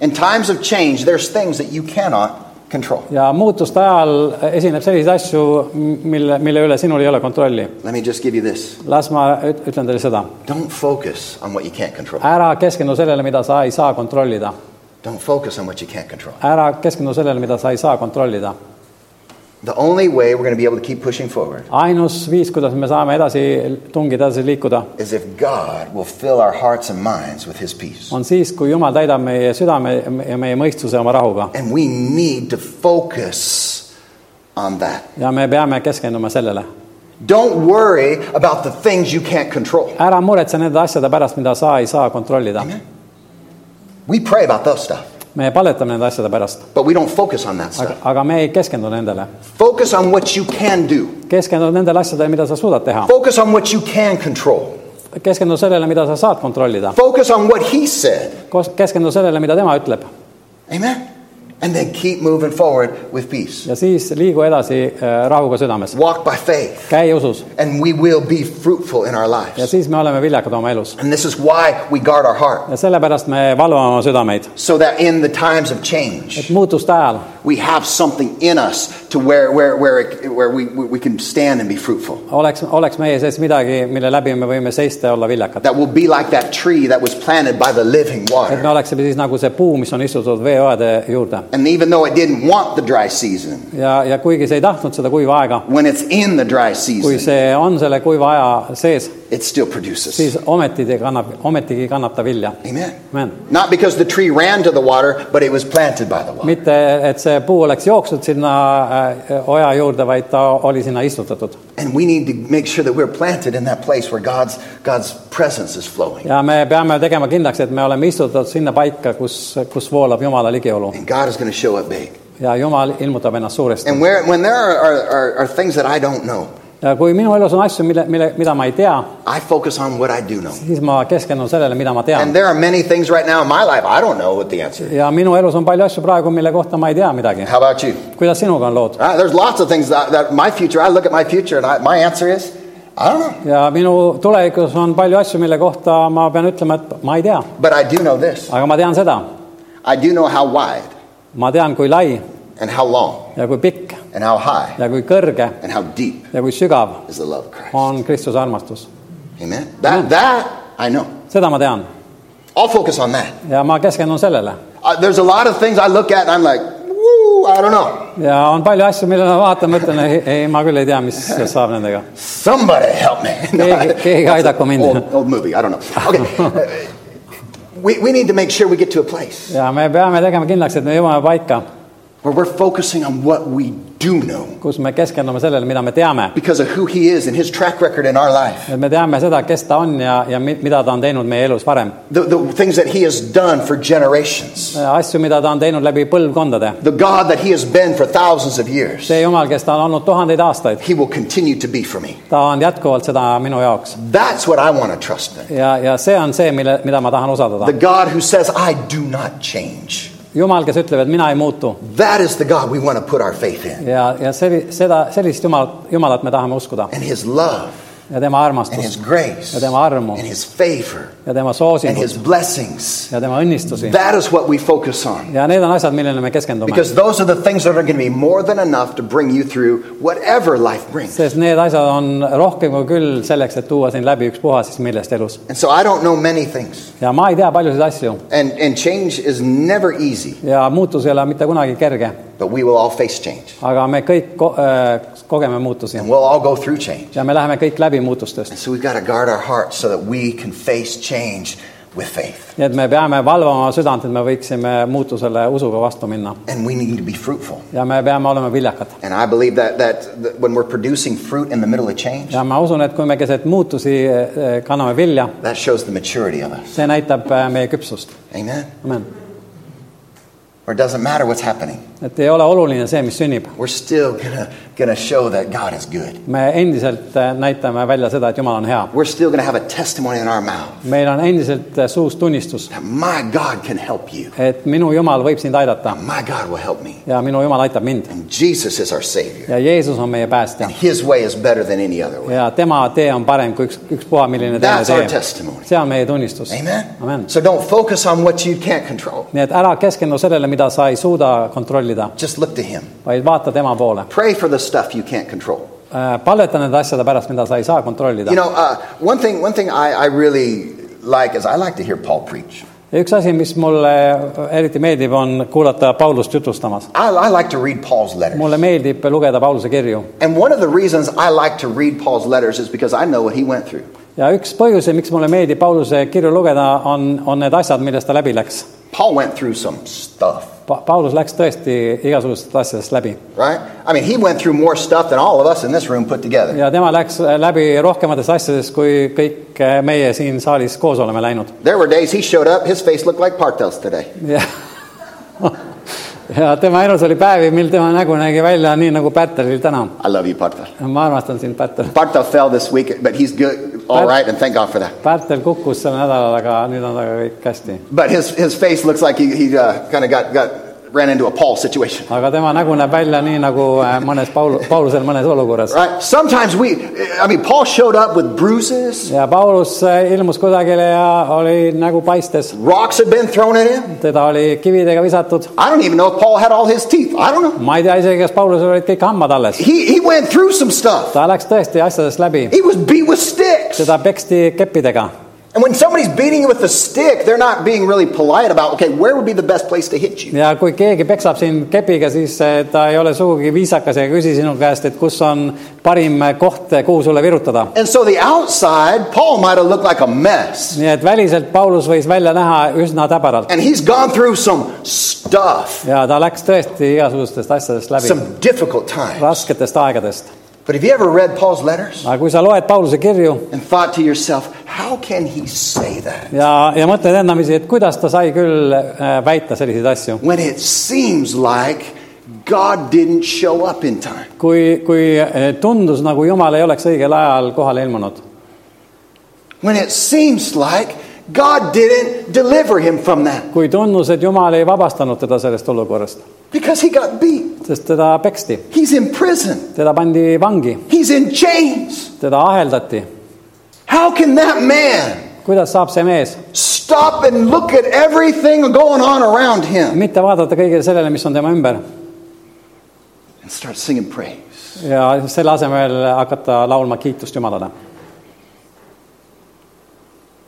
Speaker 1: In times of change, there's things that you cannot control.
Speaker 2: ja muutuste ajal esineb selliseid asju , mille , mille üle sinul ei ole kontrolli .
Speaker 1: Let me just give you this
Speaker 2: las ma üt- ütlen teile seda ,
Speaker 1: don't focus on what you can't control.
Speaker 2: ära keskendu sellele , mida sa ei saa kontrollida .
Speaker 1: Don't focus on what you can't control.
Speaker 2: ära keskendu sellele , mida sa ei saa kontrollida .
Speaker 1: The only way we're going to be able to keep pushing forward
Speaker 2: ainus viis , kuidas me saame edasi tungida , edasi liikuda ,
Speaker 1: is if God will fill our hearts and minds with His peace.
Speaker 2: on siis , kui Jumal täidab meie südame ja meie mõistuse oma rahuga
Speaker 1: And we need to focus on that.
Speaker 2: ja me peame keskenduma sellele .
Speaker 1: Don't worry about the things you can't control.
Speaker 2: ära muretse nende asjade pärast , mida sa ei saa kontrollida .
Speaker 1: We pray about those stuff,
Speaker 2: me paletame nende asjade pärast ,
Speaker 1: but we don't focus on that
Speaker 2: aga
Speaker 1: stuff.
Speaker 2: aga me ei keskendu nendele .
Speaker 1: Focus on what you can do.
Speaker 2: keskendu nendele asjadele , mida sa suudad teha .
Speaker 1: Focus on what you can control.
Speaker 2: keskendu sellele , mida sa saad kontrollida .
Speaker 1: Focus on what he said.
Speaker 2: keskendu sellele , mida tema ütleb
Speaker 1: Amen. And then keep moving forward with peace.
Speaker 2: ja siis liigu edasi äh, rahuga südames .
Speaker 1: Walk by faith,
Speaker 2: käi usus
Speaker 1: and we will be fruitful in our
Speaker 2: ja
Speaker 1: lives.
Speaker 2: siis me oleme viljakad oma elus .
Speaker 1: And this is why we guard our heart,
Speaker 2: ja sellepärast me valvame oma südameid ,
Speaker 1: so that in the times of
Speaker 2: et
Speaker 1: change,
Speaker 2: muutuste ajal
Speaker 1: we have something in us to where, where, where, it, where we, we can stand and be fruitful.
Speaker 2: oleks , oleks meie sees midagi , mille läbi me võime seista ja olla viljakad .
Speaker 1: That will be like that tree that was planted by the living
Speaker 2: et
Speaker 1: water.
Speaker 2: me oleksime siis nagu see puu , mis on istutud veeoade juurde
Speaker 1: And even though it didn't want the dry season,
Speaker 2: ja , ja kuigi see ei tahtnud seda kuiva aega ,
Speaker 1: when it's in the dry
Speaker 2: kui
Speaker 1: season,
Speaker 2: see on selle kuiva aja sees ,
Speaker 1: it still produces.
Speaker 2: siis ometi ta kannab , ometigi kannab ta vilja .
Speaker 1: Amen.
Speaker 2: Amen .
Speaker 1: Not because the tree ran to the water, but it was planted by the water.
Speaker 2: mitte , et see puu oleks jooksnud sinna äh, oja juurde , vaid ta oli sinna istutatud
Speaker 1: And we need to make sure that we're planted in that place where God's, God's presence is flowing.
Speaker 2: ja me peame tegema kindlaks , et me oleme istutatud sinna paika , kus , kus voolab Jumala ligiolu
Speaker 1: And God is going to show up big.
Speaker 2: ja Jumal ilmutab ennast suuresti .
Speaker 1: And where, when there are, are, are, are things that I don't know,
Speaker 2: ja kui minu elus on asju , mille , mille , mida ma ei tea ,
Speaker 1: I focus on what I do know.
Speaker 2: siis ma keskendun sellele , mida ma tean
Speaker 1: And . there are many things right now in my life I don't know what the answer is.
Speaker 2: ja minu elus on palju asju praegu , mille kohta ma ei tea midagi .
Speaker 1: How about you?
Speaker 2: kuidas sinuga on lood ?
Speaker 1: All right, there's lots of things that, that my future, I look at my future and I, my answer is, I don't know.
Speaker 2: ja minu tulevikus on palju asju , mille kohta ma pean ütlema , et ma ei tea ,
Speaker 1: But I do know this.
Speaker 2: aga ma tean seda .
Speaker 1: I do know how wide
Speaker 2: ma tean , kui lai
Speaker 1: and how long
Speaker 2: ja kui pikk
Speaker 1: and how high
Speaker 2: ja kui kõrge
Speaker 1: and how deep
Speaker 2: ja kui sügav
Speaker 1: is the love of Christ.
Speaker 2: on Kristuse armastus .
Speaker 1: Amen. That,
Speaker 2: Amen.
Speaker 1: that I know.
Speaker 2: seda ma tean
Speaker 1: I'll focus on that.
Speaker 2: ja ma keskendun sellele .
Speaker 1: Uh, there's a lot of things I look at and I'm like, woo, I don't know.
Speaker 2: ja on palju asju , millele ma vaatan , mõtlen , ei , ei , ma küll ei tea , mis saab nendega .
Speaker 1: Somebody help me.
Speaker 2: Keegi- keegi
Speaker 1: that's
Speaker 2: aidaku
Speaker 1: an
Speaker 2: mind.
Speaker 1: old, old movie. I don't know. Okay. we, we need to make sure we get to a place
Speaker 2: ja me peame tegema kindlaks , et me jõuame paika ,
Speaker 1: where we're focusing on what we do know
Speaker 2: kus me keskendume sellele , mida me teame .
Speaker 1: because of who He is and His track record in our life,
Speaker 2: et me teame seda , kes ta on ja , ja mi- mida ta on teinud meie elus varem .
Speaker 1: the, the things that He has done for generations,
Speaker 2: asju , mida ta on teinud läbi põlvkondade .
Speaker 1: the God that He has been for thousands of years.
Speaker 2: see Jumal , kes ta on olnud tuhandeid aastaid ,
Speaker 1: He will continue to be for me.
Speaker 2: ta on jätkuvalt seda minu jaoks .
Speaker 1: That's what I want to trust in.
Speaker 2: ja , ja see on see , mille , mida ma tahan usaldada
Speaker 1: The . God who says, I do not change.
Speaker 2: Jumal , kes ütleb , et mina ei muutu
Speaker 1: That is the God we want to put our faith in.
Speaker 2: ja , ja see , seda , sellist Jumalat , Jumalat me tahame uskuda
Speaker 1: And His love,
Speaker 2: ja tema
Speaker 1: and His
Speaker 2: armastust
Speaker 1: grace,
Speaker 2: ja tema armu
Speaker 1: and His favor,
Speaker 2: ja tema
Speaker 1: and His
Speaker 2: soosingut
Speaker 1: blessings.
Speaker 2: ja tema õnnistusi .
Speaker 1: That is what we focus on.
Speaker 2: ja need on asjad , millele me keskendume ,
Speaker 1: Because those are the things that are going to be more than enough to bring you through whatever life brings.
Speaker 2: sest need asjad on rohkem kui küll selleks , et tuua sind läbi ükspuha siis millest elus .
Speaker 1: And so I don't know many things.
Speaker 2: ja ma ei tea paljusid asju
Speaker 1: And, and change is never easy.
Speaker 2: ja muutus ei ole mitte kunagi kerge ,
Speaker 1: but we will all face change.
Speaker 2: aga me kõik ko äh, kogeme muutusi
Speaker 1: And we'll all go through change.
Speaker 2: ja me läheme kõik läbi muutustest .
Speaker 1: So we've got to guard our hearts so that we can face change with faith.
Speaker 2: nii et me peame valvama oma südant , et me võiksime muutusele usuga vastu minna
Speaker 1: And we need to be fruitful.
Speaker 2: ja me peame olema viljakad .
Speaker 1: And I believe that, that, that when we're producing fruit in the middle of change,
Speaker 2: ja ma usun , et kui me keset muutusi äh, kanname vilja ,
Speaker 1: that shows the maturity of us.
Speaker 2: see näitab äh, meie küpsust .
Speaker 1: Amen.
Speaker 2: amen .
Speaker 1: Or it doesn't matter what's happening.
Speaker 2: et ei ole oluline see , mis sünnib .
Speaker 1: We're still gonna gonna show that God is good.
Speaker 2: me endiselt äh, näitame välja seda , et Jumal on hea .
Speaker 1: We're still gonna have a testimony in our mouth
Speaker 2: meil on endiselt äh, suus tunnistus ,
Speaker 1: that my God can help you.
Speaker 2: et minu Jumal võib sind aidata
Speaker 1: My God will help me.
Speaker 2: ja minu Jumal aitab mind
Speaker 1: And Jesus is our Savior.
Speaker 2: ja Jeesus on meie päästja
Speaker 1: And His way is better than any other way.
Speaker 2: ja tema tee on parem kui üks , ükspuha , milline teine
Speaker 1: That's our
Speaker 2: tee .
Speaker 1: testimony.
Speaker 2: see on meie tunnistus .
Speaker 1: Amen.
Speaker 2: Amen.
Speaker 1: So don't focus on what you can't control.
Speaker 2: nii et ära keskendu sellele , mida sa ei suuda kontrollida ,
Speaker 1: Just look to Him.
Speaker 2: vaid vaata tema poole .
Speaker 1: Pray for the stuff you can't control.
Speaker 2: palveta nende asjade pärast , mida sa ei saa kontrollida
Speaker 1: You . know, uh, one thing, one thing I, I really like is I like to hear Paul preach.
Speaker 2: ja üks asi , mis mulle eriti meeldib , on kuulata Paulust jutustamas .
Speaker 1: I, I like to read Paul's letters.
Speaker 2: mulle meeldib lugeda Pauluse kirju
Speaker 1: And one of the reasons I like to read Paul's letters is because I know what he went through.
Speaker 2: ja üks põhjuseid , miks mulle meeldib Pauluse kirju lugeda , on , on need asjad , millest ta läbi läks .
Speaker 1: Paul went through some stuff,
Speaker 2: Pa- Paulus läks tõesti igasugustest asjadest läbi
Speaker 1: right? I mean, he went through more stuff than all of us in this room put together.
Speaker 2: ja tema läks läbi rohkematest asjadest , kui kõik meie siin saalis koos oleme läinud .
Speaker 1: There were days he showed up, his face looked like Partel's today.
Speaker 2: ja, ja tema elus oli päevi , mil tema nägu nägi välja nii nagu Pätelil täna .
Speaker 1: I love you, Partel.
Speaker 2: ma armastan sind , Pätel .
Speaker 1: Partel fell this week, but he's good, all
Speaker 2: But-
Speaker 1: right, and thank God for that.
Speaker 2: Pärtel kukkus sel nädalal , aga nüüd on temaga kõik hästi .
Speaker 1: But his, his face looks like he, he uh, kind of got, got ran into a Paul situation.
Speaker 2: aga tema nägu näeb välja nii nagu äh, mõnes Paul , Paulusel mõnes olukorras .
Speaker 1: Right? Sometimes we, I mean, Paul showed up with bruises.
Speaker 2: ja Paulus äh, ilmus kusagile ja oli nägu paistes .
Speaker 1: Rocks had been thrown at him.
Speaker 2: teda oli kividega visatud .
Speaker 1: I don't even know if Paul had all his teeth. I don't know.
Speaker 2: ma ei tea isegi , kas Paulusel olid kõik hambad alles .
Speaker 1: He, he went through some stuff.
Speaker 2: ta läks tõesti asjadest läbi .
Speaker 1: He was beat with sticks.
Speaker 2: teda peksti keppidega
Speaker 1: And when somebody's beating you with a stick, they're not being really polite about, okay, where would be the best place to hit you?
Speaker 2: ja kui keegi peksab sind kepiga , siis eh, ta ei ole sugugi viisakas ja ei küsi sinu käest , et kus on parim eh, koht , kuhu sulle virutada .
Speaker 1: And so the outside, Paul might have looked like a mess.
Speaker 2: nii et väliselt Paulus võis välja näha üsna täbaralt
Speaker 1: And he's gone through some stuff,
Speaker 2: ja ta läks tõesti igasugustest asjadest läbi ,
Speaker 1: some difficult times.
Speaker 2: rasketest aegadest .
Speaker 1: But have you ever read Paul's letters
Speaker 2: aga kui sa loed Pauluse kirju
Speaker 1: and thought to yourself, how can he say that
Speaker 2: ja , ja mõtled ennamisi , et kuidas ta sai küll eh, väita selliseid asju ,
Speaker 1: when it seems like God didn't show up in time?
Speaker 2: kui , kui eh, tundus , nagu Jumal ei oleks õigel ajal kohale ilmunud
Speaker 1: When it seems like God didn't deliver him from that
Speaker 2: kui tundus , et Jumal ei vabastanud teda sellest olukorrast ,
Speaker 1: because he got beat.
Speaker 2: sest teda peksti ,
Speaker 1: He's in prison,
Speaker 2: teda pandi vangi ,
Speaker 1: he's in chains.
Speaker 2: teda aheldati .
Speaker 1: How can that man
Speaker 2: kuidas saab see mees
Speaker 1: stop and look at everything going on around him
Speaker 2: mitte vaadata kõigele sellele , mis on tema ümber
Speaker 1: and start singing praise?
Speaker 2: ja selle asemel hakata laulma kiitust Jumalale ?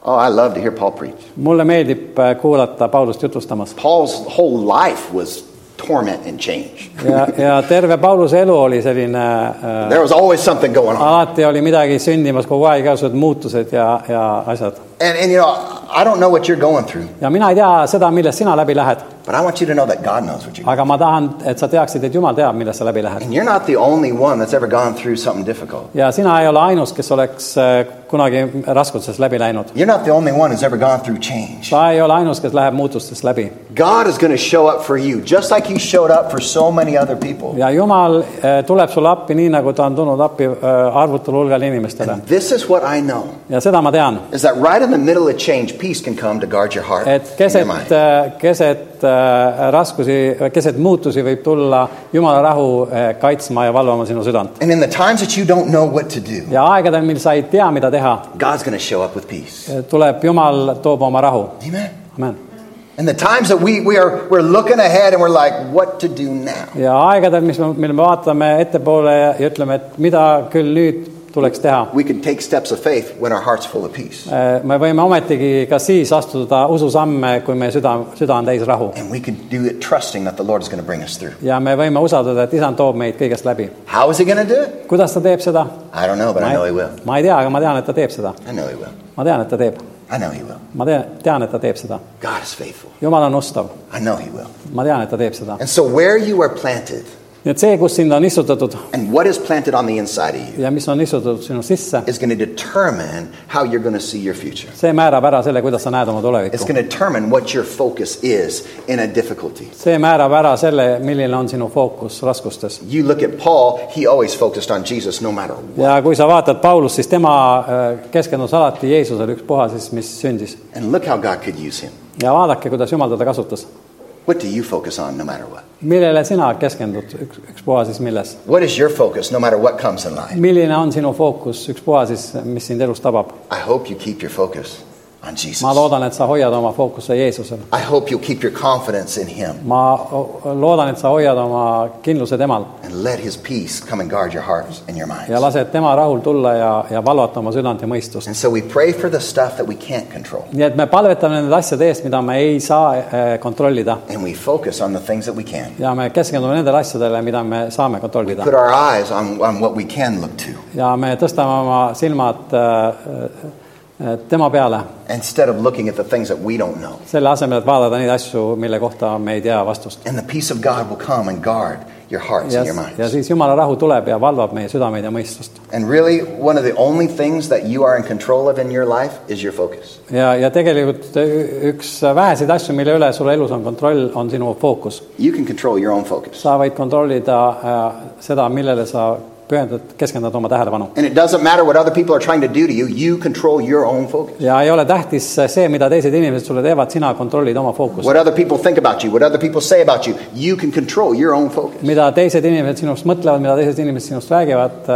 Speaker 1: Oh, I love to hear Paul preach.
Speaker 2: mulle meeldib äh, kuulata Paulust jutustamas
Speaker 1: Paul's whole life was torment and change.
Speaker 2: ja , ja terve Pauluse elu oli selline äh, ,
Speaker 1: There was always something going on.
Speaker 2: alati oli midagi sündimas , kogu aeg igasugused muutused ja , ja asjad .
Speaker 1: And, and you know, I don't know what you're going through,
Speaker 2: ja mina ei tea seda , millest sina läbi lähed ,
Speaker 1: but I want you to know that God knows what you're going
Speaker 2: aga ma tahan , et sa teaksid , et Jumal teab , millest sa läbi lähed
Speaker 1: through. And you're not the only one that's ever gone through something difficult.
Speaker 2: ja sina ei ole ainus , kes oleks äh, kunagi raskustest läbi läinud .
Speaker 1: You're not the only one who's ever gone through change.
Speaker 2: sa ei ole ainus , kes läheb muutustest läbi
Speaker 1: God is going to show up for you, just like He showed up for so many other people.
Speaker 2: ja Jumal äh, tuleb sulle appi , nii nagu ta on tulnud appi äh, arvutul hulgal inimestele
Speaker 1: And this is what I know:
Speaker 2: ja seda ma tean ,
Speaker 1: is that right in the middle of change, peace can come to guard your heart
Speaker 2: et
Speaker 1: and your
Speaker 2: keset eh,
Speaker 1: mind. ,
Speaker 2: keset äh, raskusi , keset muutusi võib tulla Jumala rahu äh, kaitsma ja valvama sinu südant .
Speaker 1: And in the times that you don't know what to do,
Speaker 2: ja aegadel , mil sa ei tea , mida teha ,
Speaker 1: God's going to show up with peace.
Speaker 2: tuleb Jumal , toob oma rahu .
Speaker 1: Amen.
Speaker 2: amen .
Speaker 1: And the times that we, we are we're looking ahead and we're like, what to do now?
Speaker 2: ja aegadel , mis , mil me vaatame ettepoole ja ja ütleme , et mida küll nüüd tuleks teha eh,
Speaker 1: We can take steps of faith when our heart's full of peace.
Speaker 2: me võime ometigi ka siis astuda ususamme , kui meie süda , süda on täis rahu
Speaker 1: And we can do it trusting that the Lord is going to bring us through.
Speaker 2: ja me võime usaldada , et isand toob meid kõigest läbi .
Speaker 1: How is He going to do it?
Speaker 2: kuidas ta teeb seda ?
Speaker 1: I don't know, but I know He will.
Speaker 2: ma ei tea , aga ma tean , et ta teeb seda .
Speaker 1: I know He will.
Speaker 2: ma tean , et ta teeb .
Speaker 1: I know He will.
Speaker 2: ma tean , tean , et ta teeb seda .
Speaker 1: God is faithful.
Speaker 2: jumal on ustav .
Speaker 1: I know He will.
Speaker 2: ma tean , et ta teeb seda .
Speaker 1: And so, where you are planted
Speaker 2: nii et see , kus sind on istutatud
Speaker 1: and what is planted on the inside of you
Speaker 2: ja mis on istutatud sinu sisse ,
Speaker 1: is going to determine how you're going to see your future.
Speaker 2: see määrab ära selle , kuidas sa näed oma
Speaker 1: It's
Speaker 2: tulevikku .
Speaker 1: going to determine what your focus is in a difficulty.
Speaker 2: see määrab ära selle , milline on sinu fookus raskustes .
Speaker 1: You look at Paul, he always focused on Jesus no matter what.
Speaker 2: ja kui sa vaatad Paulust , siis tema äh, keskendus alati Jeesusele , ükspuha siis , mis sündis .
Speaker 1: And look how God could use him.
Speaker 2: ja vaadake , kuidas Jumal teda kasutas .
Speaker 1: What do you focus on no matter what?
Speaker 2: millele sina keskendud , üks , ükspuha siis milles ?
Speaker 1: What is your focus no matter what comes in life?
Speaker 2: milline on sinu fookus , ükspuha siis , mis sind elus tabab ?
Speaker 1: I hope you keep your focus on Jesus.
Speaker 2: ma loodan , et sa hoiad oma fookuse Jeesusel .
Speaker 1: I hope you'll keep your confidence in him
Speaker 2: ma o- loodan , et sa hoiad oma kindluse temal
Speaker 1: and let his peace come and guard your hearts and your minds.
Speaker 2: ja lased tema rahul tulla ja , ja valvata oma südant ja mõistust .
Speaker 1: And so we pray for the stuff that we can't control
Speaker 2: nii et me palvetame nende asjade eest , mida me ei saa eh, kontrollida
Speaker 1: and we focus on the things that we can.
Speaker 2: ja me keskendume nendele asjadele , mida me saame kontrollida
Speaker 1: Put our eyes on, on what we can look to
Speaker 2: ja me tõstame oma silmad eh, eh, tema peale ,
Speaker 1: instead of looking at the things that we don't know.
Speaker 2: selle asemel , et vaadata neid asju , mille kohta me ei tea vastust .
Speaker 1: And the peace of God will come and guard your hearts
Speaker 2: ja
Speaker 1: and your minds.
Speaker 2: ja siis Jumala rahu tuleb ja valvab meie südameid ja mõistust .
Speaker 1: And really, one of the only things that you are in control of in your life is your focus.
Speaker 2: ja , ja tegelikult ü- üks väheseid asju , mille üle sul elus on kontroll , on sinu fookus .
Speaker 1: You can control your own focus.
Speaker 2: sa võid kontrollida äh, seda , millele sa pühendad , keskendad oma tähelepanu .
Speaker 1: And it doesn't matter what other people are trying to do to you, you control your own focus.
Speaker 2: ja ei ole tähtis see , mida teised inimesed sulle teevad , sina kontrollid oma fookust .
Speaker 1: What other people think about you, what other people say about you, you can control your own focus.
Speaker 2: mida teised inimesed sinust mõtlevad , mida teised inimesed sinust räägivad ,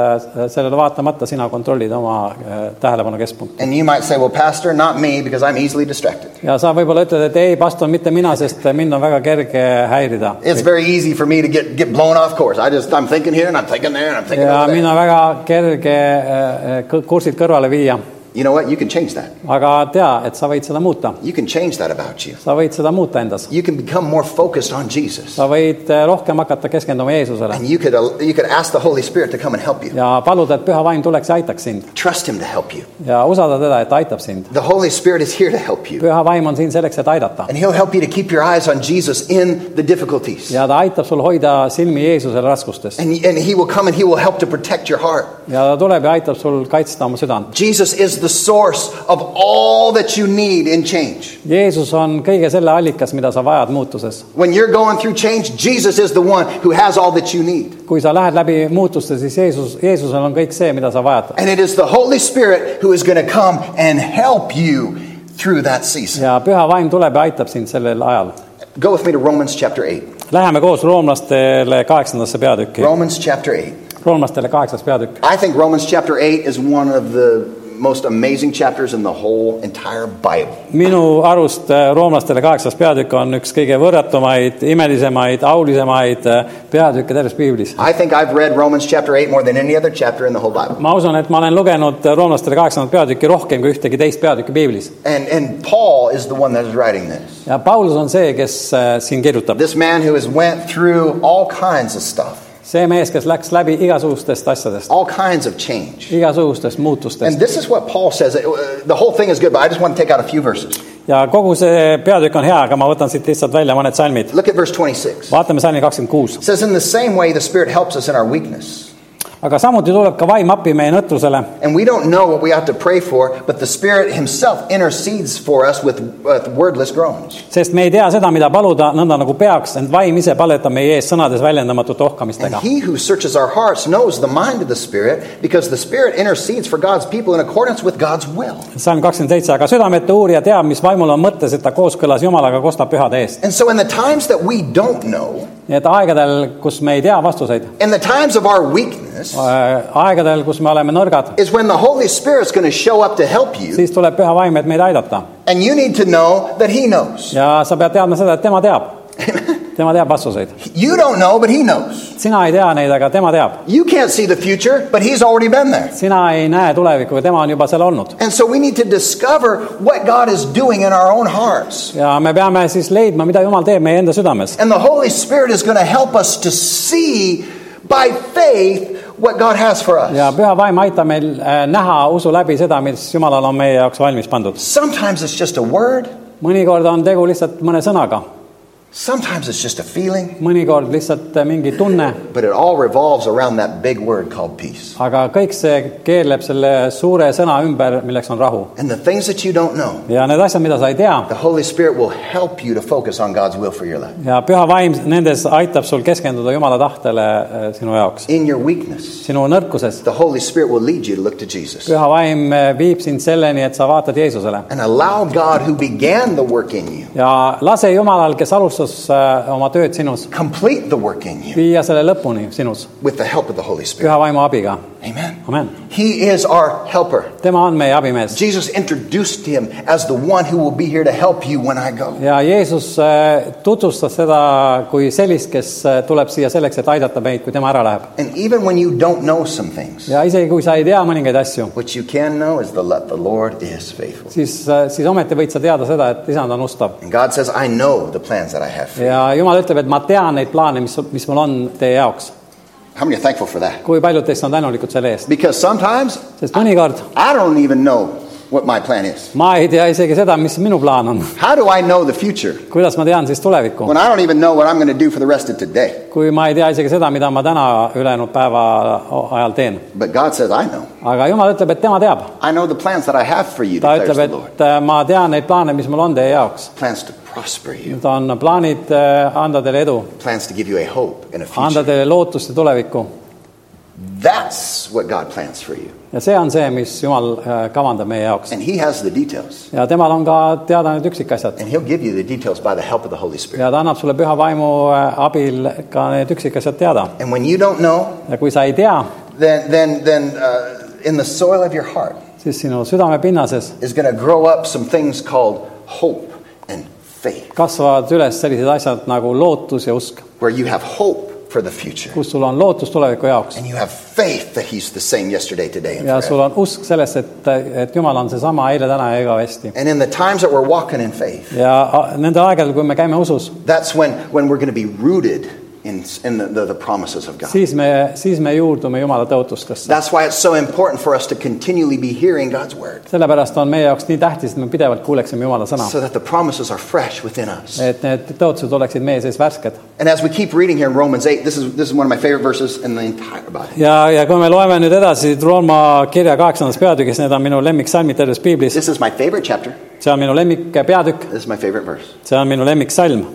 Speaker 2: sellele vaatamata sina kontrollid oma äh, tähelepanu keskpunkti .
Speaker 1: And you might say, well, Pastor, not me, because I'm easily distracted.
Speaker 2: ja sa võib-olla ütled , et ei , pastor , mitte mina , sest mind on väga kerge häirida .
Speaker 1: It's very easy for me to get, get blown off course. I just, I'm thinking here and I'm thinking there and I'm thinking
Speaker 2: ja
Speaker 1: over
Speaker 2: mind
Speaker 1: there.
Speaker 2: on väga kerge äh, kõ- kursid kõrvale viia .
Speaker 1: You know what? You can change that.
Speaker 2: aga tea , et sa võid seda muuta ,
Speaker 1: You can change that about you.
Speaker 2: sa võid seda muuta endas .
Speaker 1: You can become more focused on Jesus.
Speaker 2: sa võid äh, rohkem hakata keskenduma Jeesusele
Speaker 1: And you could, uh, you could ask the Holy Spirit to come and help you.
Speaker 2: ja paluda , et püha vaim tuleks ja aitaks sind
Speaker 1: Trust Him to help you.
Speaker 2: ja usalda teda , et ta aitab sind .
Speaker 1: The Holy Spirit is here to help you.
Speaker 2: püha vaim on siin selleks , et aidata
Speaker 1: And He'll help you to keep your eyes on Jesus in the difficulties.
Speaker 2: ja ta aitab sul hoida silmi Jeesusel raskustes
Speaker 1: And, and He will come and He will help to protect your heart.
Speaker 2: ja ta tuleb ja aitab sul kaitsta oma südant .
Speaker 1: Jesus is the source of all that you need in change.
Speaker 2: Jeesus on kõige selle allikas , mida sa vajad muutuses .
Speaker 1: When you're going through change, Jesus is the one who has all that you need.
Speaker 2: kui sa lähed läbi muutuste , siis Jeesus , Jeesusel on kõik see , mida sa vajad .
Speaker 1: And it is the Holy Spirit who is going to come and help you through that season.
Speaker 2: ja püha vaim tuleb ja aitab sind sellel ajal .
Speaker 1: Go with me to Romans chapter 8.
Speaker 2: Läheme koos roomlastele kaheksandasse peatükki .
Speaker 1: Romans chapter 8.
Speaker 2: roomlastele kaheksas peatükk .
Speaker 1: I think Romans chapter 8 is one of the most amazing chapters in the whole entire Bible.
Speaker 2: minu arust äh, roomlastele kaheksas peatükk on üks kõige võrratumaid , imelisemaid , aulisemaid äh, peatükke terves piiblis .
Speaker 1: I think I've read Romans chapter 8 more than any other chapter in the whole Bible.
Speaker 2: ma usun , et ma olen lugenud äh, roomlastele kaheksandat peatükki rohkem kui ühtegi teist peatükki piiblis .
Speaker 1: And, and Paul is the one that is writing this.
Speaker 2: ja Paulus on see , kes äh, siin kirjutab .
Speaker 1: This man who has went through all kinds of stuff,
Speaker 2: see mees , kes läks läbi igasugustest asjadest ,
Speaker 1: all kinds of change.
Speaker 2: igasugustest
Speaker 1: And
Speaker 2: muutustest
Speaker 1: this is what Paul says. Uh, The whole thing is good, but I just want to take out a few verses.
Speaker 2: ja kogu see peatükk on hea , aga ma võtan siit lihtsalt välja mõned salmid .
Speaker 1: Look at verse 26.
Speaker 2: vaatame salmi kakskümmend kuus
Speaker 1: It says, In the same way, the Spirit helps us in our weakness.
Speaker 2: aga samuti tuleb ka vaim appi meie nõtrusele
Speaker 1: And we don't know what we ought to pray for, but the Spirit Himself intercedes for us with, with wordless groans.
Speaker 2: sest me ei tea seda , mida paluda nõnda nagu peaks , ent vaim ise paletab meie ees sõnades väljendamatute
Speaker 1: And
Speaker 2: ohkamistega .
Speaker 1: He who searches our hearts knows the mind of the Spirit, because the Spirit intercedes for God's people in accordance with God's will.
Speaker 2: salm kakskümmend seitse , aga südamete uurija teab , mis vaimul on mõttes , et ta kooskõlas Jumalaga kostab pühade eest .
Speaker 1: And so, in the times that we don't know,
Speaker 2: nii et aegadel , kus me ei tea vastuseid ,
Speaker 1: in the times of our weakness,
Speaker 2: aegadel , kus me oleme nõrgad ,
Speaker 1: is when the Holy Spirit's going to show up to help you,
Speaker 2: siis tuleb püha vaim , et meid aidata
Speaker 1: and you need to know that He knows. [laughs]
Speaker 2: ja sa pead teadma seda , et tema teab . tema teab vastuseid .
Speaker 1: You don't know, but he knows.
Speaker 2: sina ei tea neid , aga tema teab .
Speaker 1: You can't see the future, but he's already been there.
Speaker 2: sina ei näe tulevikku , aga tema on juba seal olnud .
Speaker 1: And so we need to discover what God is doing in our own hearts.
Speaker 2: ja me peame siis leidma , mida Jumal teeb meie enda südames .
Speaker 1: And the Holy Spirit is going to help us to see by faith what God has for us.
Speaker 2: ja püha vaim aitab meil äh, näha usu läbi seda , mis Jumalal on meie jaoks valmis pandud .
Speaker 1: Sometimes it's just a word,
Speaker 2: mõnikord on tegu lihtsalt mõne sõnaga ,
Speaker 1: sometimes it's just a feeling,
Speaker 2: mõnikord lihtsalt äh, mingi tunne ,
Speaker 1: but it all revolves around that big word called peace.
Speaker 2: aga kõik see keerleb selle suure sõna ümber , milleks on rahu .
Speaker 1: And the things that you don't know,
Speaker 2: ja need asjad , mida sa ei tea
Speaker 1: the Holy Spirit will help you to focus on God's will for your life.
Speaker 2: ja püha vaim nendes aitab sul keskenduda Jumala tahtele äh, sinu jaoks ,
Speaker 1: In your weakness,
Speaker 2: sinu nõrkuses .
Speaker 1: the Holy Spirit will lead you to look to Jesus
Speaker 2: püha vaim äh, viib sind selleni , et sa vaatad Jeesusele
Speaker 1: and allow God, who began the work in you,
Speaker 2: ja lase Jumalal , kes alustas äh, oma tööd sinus ,
Speaker 1: complete the work in you
Speaker 2: viia selle lõpuni sinus ,
Speaker 1: with the help of the Holy Spirit.
Speaker 2: püha vaimu abiga .
Speaker 1: Amen.
Speaker 2: Amen.
Speaker 1: He is our helper.
Speaker 2: tema on meie abimees
Speaker 1: Jesus introduced him as the one who will be here to help you when I go.
Speaker 2: ja Jeesus äh, tutvustas seda kui sellist , kes äh, tuleb siia selleks , et aidata meid , kui tema ära läheb .
Speaker 1: And even when you don't know some things,
Speaker 2: ja isegi , kui sa ei tea mõningaid asju ,
Speaker 1: what you can know is the, that the Lord is faithful.
Speaker 2: siis , siis ometi võid sa teada seda , et isand on ustav .
Speaker 1: And God says, I know the plans that I have for you.
Speaker 2: ja Jumal ütleb , et ma tean neid plaane , mis , mis mul on teie jaoks .
Speaker 1: How many are thankful for that?
Speaker 2: kui paljud teist on tänulikud selle eest ,
Speaker 1: Because sometimes
Speaker 2: sest mõnikord
Speaker 1: I don't even know what my plan is.
Speaker 2: ma ei tea isegi seda , mis minu plaan on .
Speaker 1: How do I know the future
Speaker 2: kuidas ma tean siis tulevikku ,
Speaker 1: when I don't even know what I'm going to do for the rest of today?
Speaker 2: kui ma ei tea isegi seda , mida ma täna ülejäänud päeva ajal teen .
Speaker 1: But God says, I know.
Speaker 2: aga Jumal ütleb , et tema teab .
Speaker 1: I know the plans that I have for you,
Speaker 2: ta
Speaker 1: declares
Speaker 2: ütleb ,
Speaker 1: the Lord.
Speaker 2: et äh, ma tean neid plaane , mis mul on teie jaoks .
Speaker 1: Plans to prosper you,
Speaker 2: Need on plaanid äh, anda teile edu ,
Speaker 1: plans to give you a hope and a future.
Speaker 2: anda teile lootust ja tulevikku .
Speaker 1: That's what God plans for you.
Speaker 2: ja see on see , mis Jumal äh, kavandab meie jaoks .
Speaker 1: And He has the details.
Speaker 2: ja temal on ka teada need üksikasjad
Speaker 1: And He'll give you the details by the help of the Holy Spirit.
Speaker 2: ja ta annab sulle püha vaimu äh, abil ka need üksikasjad teada .
Speaker 1: And when you don't know,
Speaker 2: ja kui sa ei tea ,
Speaker 1: then, then, then uh, in the soil of your heart
Speaker 2: siis sinu südamepinnases
Speaker 1: is going to grow up some things called hope and faith,
Speaker 2: kasvavad üles sellised asjad nagu lootus ja usk ,
Speaker 1: where you have hope for the future.
Speaker 2: kus sul on lootus tuleviku jaoks
Speaker 1: And you have faith that He's the same yesterday, today, and
Speaker 2: ja sul
Speaker 1: forever.
Speaker 2: on usk sellesse , et , et Jumal on seesama eile , täna ja igavesti .
Speaker 1: And in the times that we're walking in faith,
Speaker 2: ja a- nendel aegadel , kui me käime usus ,
Speaker 1: that's when, when we're going to be rooted in, in the, the, the promises of God.
Speaker 2: siis me , siis me juurdume Jumala tõotustesse .
Speaker 1: That's why it's so important for us to continually be hearing God's word
Speaker 2: sellepärast on meie jaoks nii tähtis , et me pidevalt kuuleksime Jumala sõna ,
Speaker 1: so that the promises are fresh within us.
Speaker 2: et need tõotused oleksid meie sees värsked .
Speaker 1: And as we keep reading here in Romans 8, this is, this is one of my favorite verses in the entire Bible.
Speaker 2: ja , ja kui me loeme nüüd edasi Rooma kirja kaheksandas peatükis , need on minu lemmiksalmid terves piiblis ,
Speaker 1: This is my favorite chapter.
Speaker 2: see on minu lemmikpeatükk ,
Speaker 1: This is my favorite verse.
Speaker 2: see on minu lemmiksalm .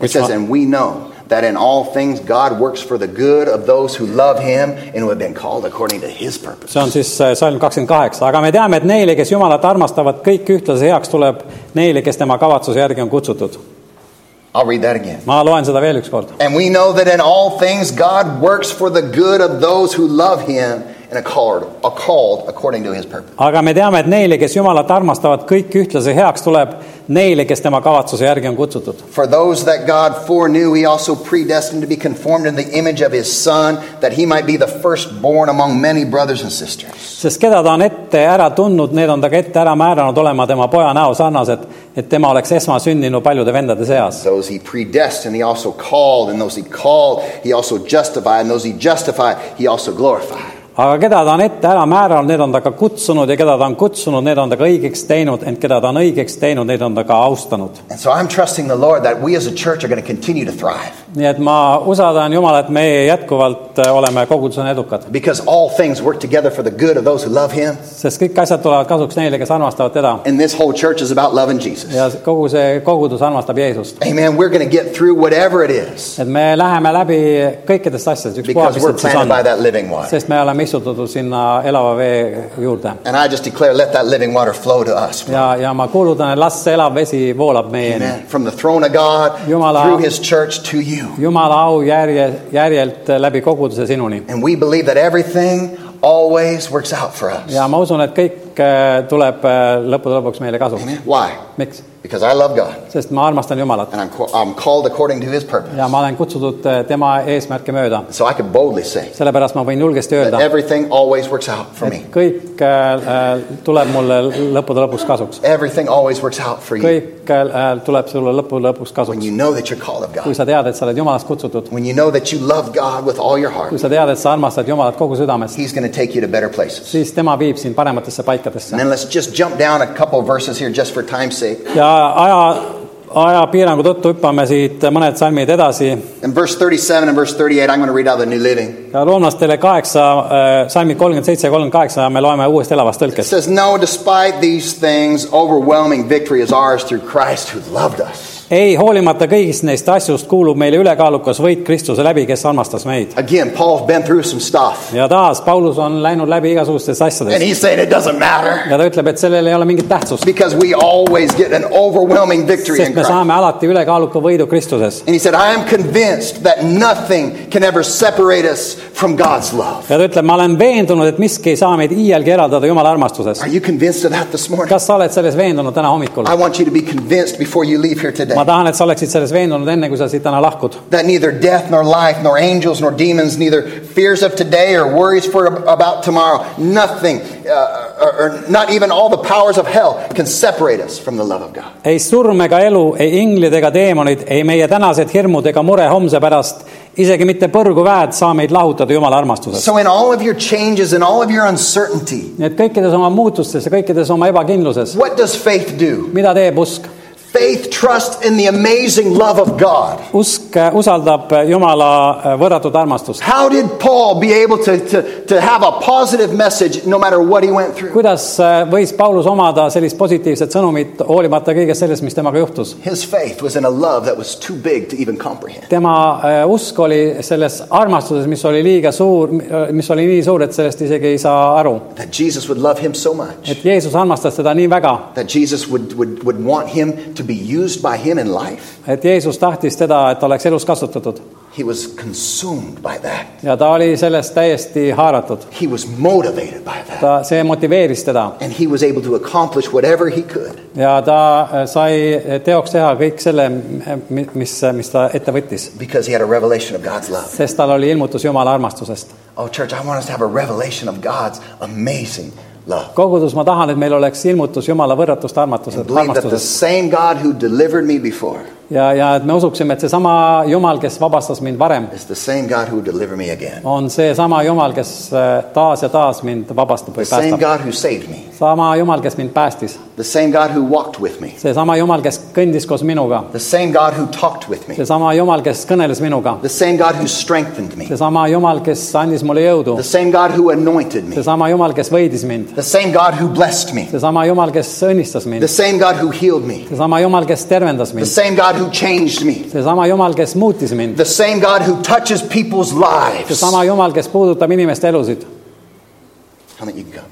Speaker 1: It says, And we know that in all things God works for the good of those who love him and who have been called according to his purpose.
Speaker 2: see on siis äh, salm kakskümmend kaheksa , aga me teame , et neile , kes Jumalat armastavad , kõik ühtlase heaks tuleb neile , kes tema kavatsuse järgi on kutsutud .
Speaker 1: I'll read that again.
Speaker 2: ma loen seda veel ükskord .
Speaker 1: And we know that in all things God works for the good of those who love him and are called, are called according to his purpose.
Speaker 2: aga me teame , et neile , kes Jumalat armastavad , kõik ühtlase heaks tuleb neile , kes tema kavatsuse järgi on kutsutud .
Speaker 1: For those that God foreknew, he also predestined to be conformed in the image of his son, that he might be the firstborn among many brothers and sisters.
Speaker 2: sest keda ta on ette ära tundnud , need on ta ka ette ära määranud olema tema poja näo sarnased , et tema oleks esmasündinu paljude vendade seas .
Speaker 1: Those he predestined, he also called, and those he called, he also justified, and those he justified, he also glorified.
Speaker 2: aga keda ta on ette ära määranud , need on ta ka kutsunud ja keda ta on kutsunud , need on ta ka õigeks teinud , ent keda ta on õigeks teinud , neid on ta ka austanud .
Speaker 1: And so I'm trusting the Lord that we as a church are going to continue to thrive
Speaker 2: nii et ma usaldan Jumalat , me jätkuvalt äh, oleme kogudusena edukad ,
Speaker 1: because all things work together for the good of those who love Him.
Speaker 2: sest kõik asjad tulevad kasuks neile , kes armastavad teda
Speaker 1: And this whole church is about loving Jesus.
Speaker 2: ja kogu see kogudus armastab Jeesust .
Speaker 1: Amen. We're going to get through whatever it is
Speaker 2: et me läheme läbi kõikidest asjadest , ükspuha ,
Speaker 1: because
Speaker 2: mis
Speaker 1: we're
Speaker 2: need siis
Speaker 1: planted
Speaker 2: on
Speaker 1: by that living water.
Speaker 2: sest me oleme istutatud sinna elava vee juurde
Speaker 1: And I just declare, let that living water flow to us.
Speaker 2: ja , ja ma kuulutan , et las see elav vesi voolab meieni .
Speaker 1: Amen. From the throne of God
Speaker 2: Jumala-
Speaker 1: through His church to you.
Speaker 2: jumala au järje , järjelt läbi koguduse sinuni .
Speaker 1: And we believe that everything always works out for us.
Speaker 2: ja ma usun , et kõik äh, tuleb äh, lõppude lõpuks meile kasuks .
Speaker 1: Amen. Why?
Speaker 2: miks ?
Speaker 1: because I love God
Speaker 2: sest ma armastan Jumalat
Speaker 1: and I'm, co- I'm called according to His purpose.
Speaker 2: ja ma olen kutsutud äh, tema eesmärke mööda .
Speaker 1: So I can boldly say
Speaker 2: sellepärast ma võin julgesti
Speaker 1: that
Speaker 2: öelda ,
Speaker 1: everything always works out for me.
Speaker 2: et kõik äh, äh, tuleb mulle lõppude lõpuks kasuks .
Speaker 1: Everything always works out for you
Speaker 2: kõik äh, tuleb sulle lõppude
Speaker 1: when
Speaker 2: lõpuks kasuks .
Speaker 1: you know that you're called of
Speaker 2: kui
Speaker 1: God.
Speaker 2: sa tead , et sa oled Jumalast kutsutud ,
Speaker 1: When you know that you love God with all your heart,
Speaker 2: kui sa tead , et sa armastad Jumalat kogu südamest ,
Speaker 1: He's going to take you to better places.
Speaker 2: siis tema viib sind parematesse
Speaker 1: And
Speaker 2: paikadesse .
Speaker 1: then let's just jump down a couple of verses here just for time's sake.
Speaker 2: ja aja , ajapiirangu tõttu hüppame siit mõned salmid edasi
Speaker 1: In verse 37 and verse 38, I'm going to read out of the New Living.
Speaker 2: ja loomlastele kaheksa , salmid kolmkümmend seitse ja kolmkümmend kaheksa me loeme uuest elavast
Speaker 1: It
Speaker 2: tõlkest .
Speaker 1: says, No, despite these things, overwhelming victory is ours through Christ who loved us.
Speaker 2: ei , hoolimata kõigist neist asjust kuulub meile ülekaalukas võit Kristuse läbi , kes armastas meid .
Speaker 1: Again, Paul's been through some stuff,
Speaker 2: ja taas , Paulus on läinud läbi igasugustest
Speaker 1: and
Speaker 2: asjadest
Speaker 1: he's saying it doesn't matter
Speaker 2: ja ta ütleb , et sellel ei ole mingit tähtsust ,
Speaker 1: because we always get an overwhelming victory in
Speaker 2: sest me
Speaker 1: Christ.
Speaker 2: saame alati ülekaaluka võidu Kristuses .
Speaker 1: And he said, I am convinced that nothing can ever separate us from God's love.
Speaker 2: ja ta ütleb , ma olen veendunud , et miski ei saa meid iialgi eraldada Jumala armastusest
Speaker 1: Are . you convinced of that this morning?
Speaker 2: kas sa oled selles veendunud täna hommikul
Speaker 1: I ? want you to be convinced before you leave here today
Speaker 2: ma tahan , et sa oleksid selles veendunud enne , kui sa siit täna lahkud .
Speaker 1: that neither death nor life, nor angels nor demons, neither fears of today or worries for about tomorrow, nothing, uh, or, or not even all the powers of hell can separate us from the love of God.
Speaker 2: ei surm ega elu , ei inglid ega teemonid , ei meie tänased hirmud ega mure homse pärast , isegi mitte põrguväed saa meid lahutada Jumala armastusest .
Speaker 1: So, in all of your changes and all of your uncertainty,
Speaker 2: nii et kõikides oma muutustes ja kõikides oma ebakindluses ,
Speaker 1: what does faith do?
Speaker 2: mida teeb usk ?
Speaker 1: Faith trusts in the amazing love of God.
Speaker 2: usk äh, usaldab äh, Jumala äh, võrratut armastust .
Speaker 1: How did Paul be able to, to, to have a positive message no matter what he went through?
Speaker 2: kuidas äh, võis Paulus omada sellist positiivset sõnumit , hoolimata kõigest sellest , mis temaga juhtus ?
Speaker 1: His faith was in a love that was too big to even comprehend.
Speaker 2: tema äh, usk oli selles armastuses , mis oli liiga suur , mis oli nii suur , et sellest isegi ei saa aru .
Speaker 1: That Jesus would love him so much.
Speaker 2: et Jeesus armastas teda nii väga ,
Speaker 1: that Jesus would, would, would want him to be used by him in life.
Speaker 2: et Jeesus tahtis teda , et ta oleks elus kasutatud
Speaker 1: He was consumed by that.
Speaker 2: ja ta oli sellest täiesti haaratud .
Speaker 1: He was motivated by that.
Speaker 2: ta , see motiveeris teda
Speaker 1: And he was able to accomplish whatever he could
Speaker 2: ja ta äh, sai teoks teha kõik selle , mis , mis ta ette võttis ,
Speaker 1: because he had a revelation of God's love.
Speaker 2: sest tal oli ilmutus Jumala armastusest .
Speaker 1: Oh, church, I want us to have a revelation of God's amazing love.
Speaker 2: kogudus , ma tahan , et meil oleks ilmutus Jumala võrratust armatusest ,
Speaker 1: Believe that the
Speaker 2: armastusest
Speaker 1: same God who delivered me before
Speaker 2: ja , ja et me usuksime , et seesama Jumal , kes vabastas mind varem ,
Speaker 1: is the same God who will deliver me again.
Speaker 2: on seesama Jumal , kes äh, taas ja taas mind vabastab
Speaker 1: The
Speaker 2: või
Speaker 1: same
Speaker 2: päästab .
Speaker 1: God who saved me.
Speaker 2: sama Jumal , kes mind päästis ,
Speaker 1: The same God who walked with me.
Speaker 2: seesama Jumal , kes kõndis koos minuga ,
Speaker 1: The same God who talked with me.
Speaker 2: seesama Jumal , kes kõneles minuga ,
Speaker 1: The same God who strengthened me.
Speaker 2: seesama Jumal , kes andis mulle jõudu
Speaker 1: The , same God who anointed me.
Speaker 2: seesama Jumal , kes võidis mind ,
Speaker 1: The same God who blessed me.
Speaker 2: seesama Jumal , kes õnnistas
Speaker 1: The
Speaker 2: mind ,
Speaker 1: same God who healed me.
Speaker 2: seesama Jumal , kes tervendas
Speaker 1: The
Speaker 2: mind ,
Speaker 1: same God who changed me.
Speaker 2: seesama Jumal , kes muutis mind ,
Speaker 1: The same God who touches people's lives.
Speaker 2: seesama Jumal , kes puudutab inimeste elusid ,
Speaker 1: How many you can go?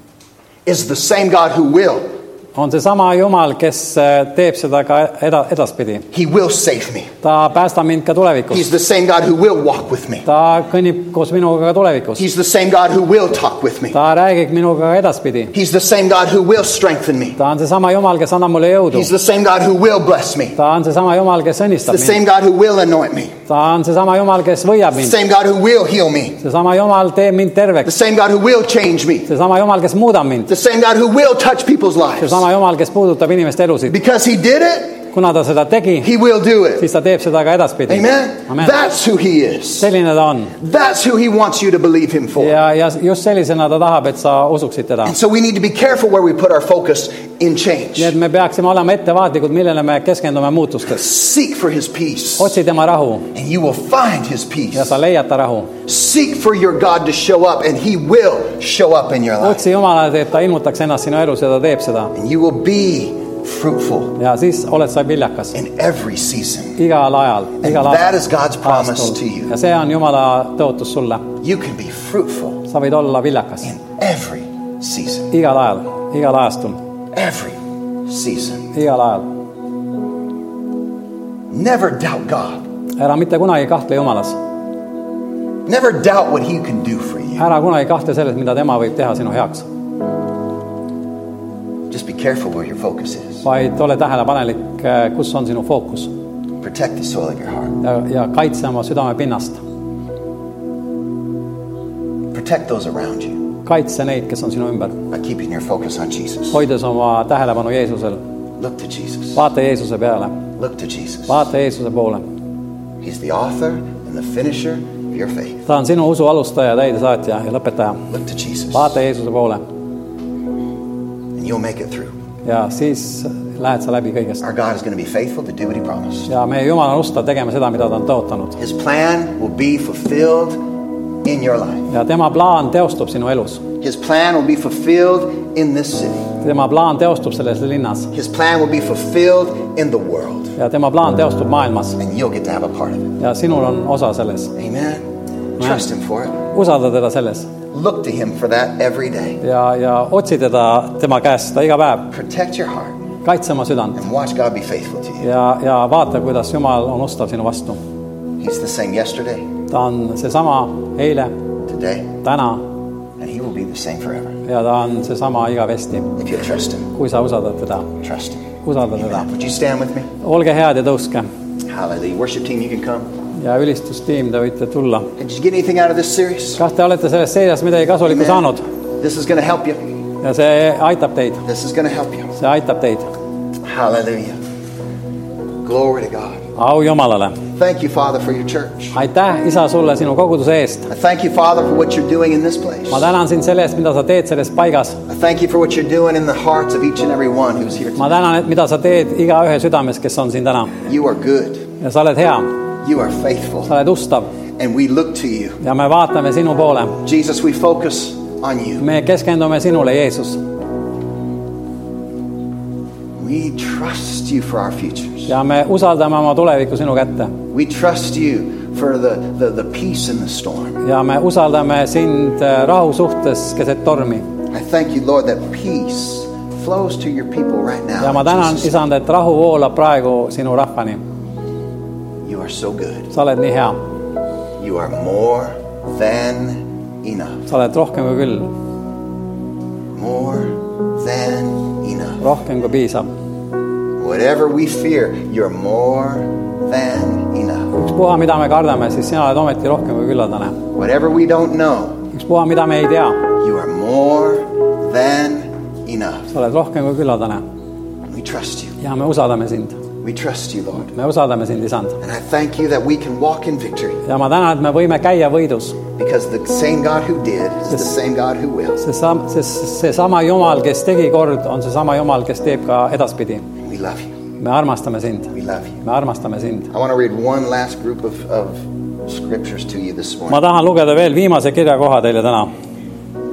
Speaker 1: Is the same God who will.
Speaker 2: on seesama Jumal , kes äh, teeb seda ka eda- , edaspidi .
Speaker 1: He will save me.
Speaker 2: ta päästab mind ka tulevikus ,
Speaker 1: He's the same God who will walk with me.
Speaker 2: ta kõnnib koos minuga ka tulevikus ,
Speaker 1: He's the same God who will talk with me.
Speaker 2: ta räägib minuga ka edaspidi
Speaker 1: He's the same God who will strengthen me.
Speaker 2: ta on seesama Jumal , kes annab mulle jõudu
Speaker 1: He's , the same God who will bless me.
Speaker 2: ta on seesama Jumal , kes õnnistab
Speaker 1: The
Speaker 2: mind ,
Speaker 1: same God who will anoint me.
Speaker 2: ta on seesama Jumal , kes võiab
Speaker 1: The
Speaker 2: mind ,
Speaker 1: same God who will heal me.
Speaker 2: seesama Jumal teeb mind
Speaker 1: The
Speaker 2: terveks ,
Speaker 1: same God who will change me.
Speaker 2: seesama Jumal , kes muudab mind ,
Speaker 1: The same God who will touch people's lives.
Speaker 2: seesama Jumal , kes puudutab inimeste elusid .
Speaker 1: Because he did it,
Speaker 2: kuna ta seda tegi ,
Speaker 1: he will do it.
Speaker 2: siis ta teeb seda ka edaspidi .
Speaker 1: Amen? That's who he is.
Speaker 2: selline ta on
Speaker 1: That's who he wants you to believe him for.
Speaker 2: ja , ja just sellisena ta tahab , et sa usuksid teda .
Speaker 1: And so we need to be careful where we put our focus in change.
Speaker 2: nii et me peaksime olema ettevaatlikud , millele me keskendume muutustes .
Speaker 1: Seek for his peace,
Speaker 2: otsi tema rahu
Speaker 1: and you will find his
Speaker 2: ja
Speaker 1: peace.
Speaker 2: sa leiad ta rahu .
Speaker 1: Seek for your God to show up, and he will show up in your life.
Speaker 2: otsi Jumalat , et ta ilmutaks ennast sinu elus ja ta teeb seda
Speaker 1: And you will be fruitful
Speaker 2: ja siis oled sa viljakas
Speaker 1: in every season.
Speaker 2: igal ajal , igal
Speaker 1: And that is God's promise to
Speaker 2: aastal
Speaker 1: you.
Speaker 2: ja see on Jumala tõotus sulle ,
Speaker 1: You can be fruitful
Speaker 2: sa võid olla viljakas
Speaker 1: in every season.
Speaker 2: igal ajal , igal ajastul ,
Speaker 1: Every season.
Speaker 2: igal ajal .
Speaker 1: Never doubt God.
Speaker 2: ära mitte kunagi kahtle Jumalas ,
Speaker 1: Never doubt what he can do for you.
Speaker 2: ära kunagi kahtle selles , mida tema võib teha sinu heaks .
Speaker 1: Just be careful where your focus is.
Speaker 2: vaid ole tähelepanelik , kus on sinu fookus
Speaker 1: Protect the soil of your heart.
Speaker 2: ja, ja kaitse oma südame pinnast .
Speaker 1: Protect those around you
Speaker 2: kaitse neid , kes on sinu ümber ,
Speaker 1: by keeping your focus on Jesus.
Speaker 2: hoides oma tähelepanu Jeesusel ,
Speaker 1: Look to Jesus.
Speaker 2: vaata Jeesuse peale ,
Speaker 1: Look to Jesus.
Speaker 2: vaata Jeesuse poole .
Speaker 1: He's the author and the finisher of your faith.
Speaker 2: ta on sinu usu alustaja , täidesaatja ja lõpetaja .
Speaker 1: Look to Jesus.
Speaker 2: vaata Jeesuse poole
Speaker 1: And you'll make it through.
Speaker 2: ja siis lähed sa läbi kõigest .
Speaker 1: Our God is going to be faithful to do what He promised.
Speaker 2: ja meie Jumal on ustav tegema seda , mida ta on tõotanud
Speaker 1: His plan will be fulfilled in your life,
Speaker 2: ja tema plaan teostub sinu elus .
Speaker 1: His plan will be fulfilled in this city,
Speaker 2: tema plaan teostub selles linnas
Speaker 1: His plan will be fulfilled in the world.
Speaker 2: ja tema plaan teostub maailmas
Speaker 1: And you'll get to have a part of it.
Speaker 2: ja sinul on osa selles .
Speaker 1: Amen. Trust Him for it.
Speaker 2: usalda teda selles
Speaker 1: Look to Him for that every day.
Speaker 2: ja , ja otsi teda tema käest seda iga päev ,
Speaker 1: Protect your heart
Speaker 2: kaitse oma südant
Speaker 1: and watch God be faithful to you.
Speaker 2: ja , ja vaata , kuidas Jumal on ustav sinu vastu .
Speaker 1: He's the same yesterday,
Speaker 2: ta on seesama eile ,
Speaker 1: today,
Speaker 2: täna
Speaker 1: and He will be the same forever.
Speaker 2: ja ta on seesama igavesti ,
Speaker 1: If you trust Him,
Speaker 2: kui sa usaldad teda .
Speaker 1: trust Him.
Speaker 2: Usaldad teda.
Speaker 1: Amen. Would you stand with me?
Speaker 2: olge head ja tõuske
Speaker 1: Hallelujah. Worship team, you can come.
Speaker 2: ja ülistustiim , te võite tulla .
Speaker 1: And did you get anything out of this series?
Speaker 2: kas te olete sellest seljast midagi kasulikku
Speaker 1: Amen.
Speaker 2: saanud
Speaker 1: This is going to help you.
Speaker 2: ja see aitab teid ,
Speaker 1: This is going to help you.
Speaker 2: see aitab teid .
Speaker 1: Hallelujah. Glory to God.
Speaker 2: au Jumalale ,
Speaker 1: Thank you, Father, for your church.
Speaker 2: aitäh , isa sulle sinu koguduse eest .
Speaker 1: I thank you, Father, for what you're doing in this place.
Speaker 2: ma tänan sind selle eest , mida sa teed selles paigas .
Speaker 1: I thank you for what you're doing in the hearts of each and every one who's here.
Speaker 2: ma tänan , et mida sa teed igaühe südames , kes on siin täna
Speaker 1: You are good.
Speaker 2: ja sa oled hea ,
Speaker 1: You are faithful.
Speaker 2: sa oled ustav
Speaker 1: And we look to you.
Speaker 2: ja me vaatame sinu poole .
Speaker 1: Jesus, we focus on you.
Speaker 2: me keskendume sinule , Jeesus ,
Speaker 1: We trust you for our futures.
Speaker 2: ja me usaldame oma tulevikku sinu kätte
Speaker 1: We trust you for the, the, the peace in the storm.
Speaker 2: ja me usaldame sind äh, rahu suhtes keset tormi
Speaker 1: I thank you, Lord, that peace flows to your people right now.
Speaker 2: ja ma tänan ,
Speaker 1: Jesus,
Speaker 2: isand , et rahu voolab praegu sinu rahvani .
Speaker 1: you are so good.
Speaker 2: sa oled nii hea ,
Speaker 1: You are more than enough.
Speaker 2: sa oled rohkem kui küll ,
Speaker 1: More than enough.
Speaker 2: rohkem kui piisab .
Speaker 1: Whatever we fear, you're more than enough.
Speaker 2: ükspuha , mida me kardame , siis sina oled ometi rohkem kui küllaltane .
Speaker 1: Whatever we don't know,
Speaker 2: ükspuha , mida me ei tea ,
Speaker 1: you are more than enough.
Speaker 2: sa oled rohkem kui küllaltane
Speaker 1: We trust you.
Speaker 2: ja me usaldame sind ,
Speaker 1: We trust you, Lord.
Speaker 2: me usaldame sind , isand .
Speaker 1: And I thank you that we can walk in victory
Speaker 2: ja ma tänan , et me võime käia võidus ,
Speaker 1: because the same God who did is the same God who will.
Speaker 2: sest sam- , sest seesama Jumal , kes tegi kord , on seesama Jumal , kes teeb ka edaspidi .
Speaker 1: We love you.
Speaker 2: me armastame sind ,
Speaker 1: We love you.
Speaker 2: me armastame sind .
Speaker 1: I want to read one last group of, of scriptures to you this
Speaker 2: ma
Speaker 1: morning.
Speaker 2: tahan lugeda veel viimase kirjakoha teile täna ,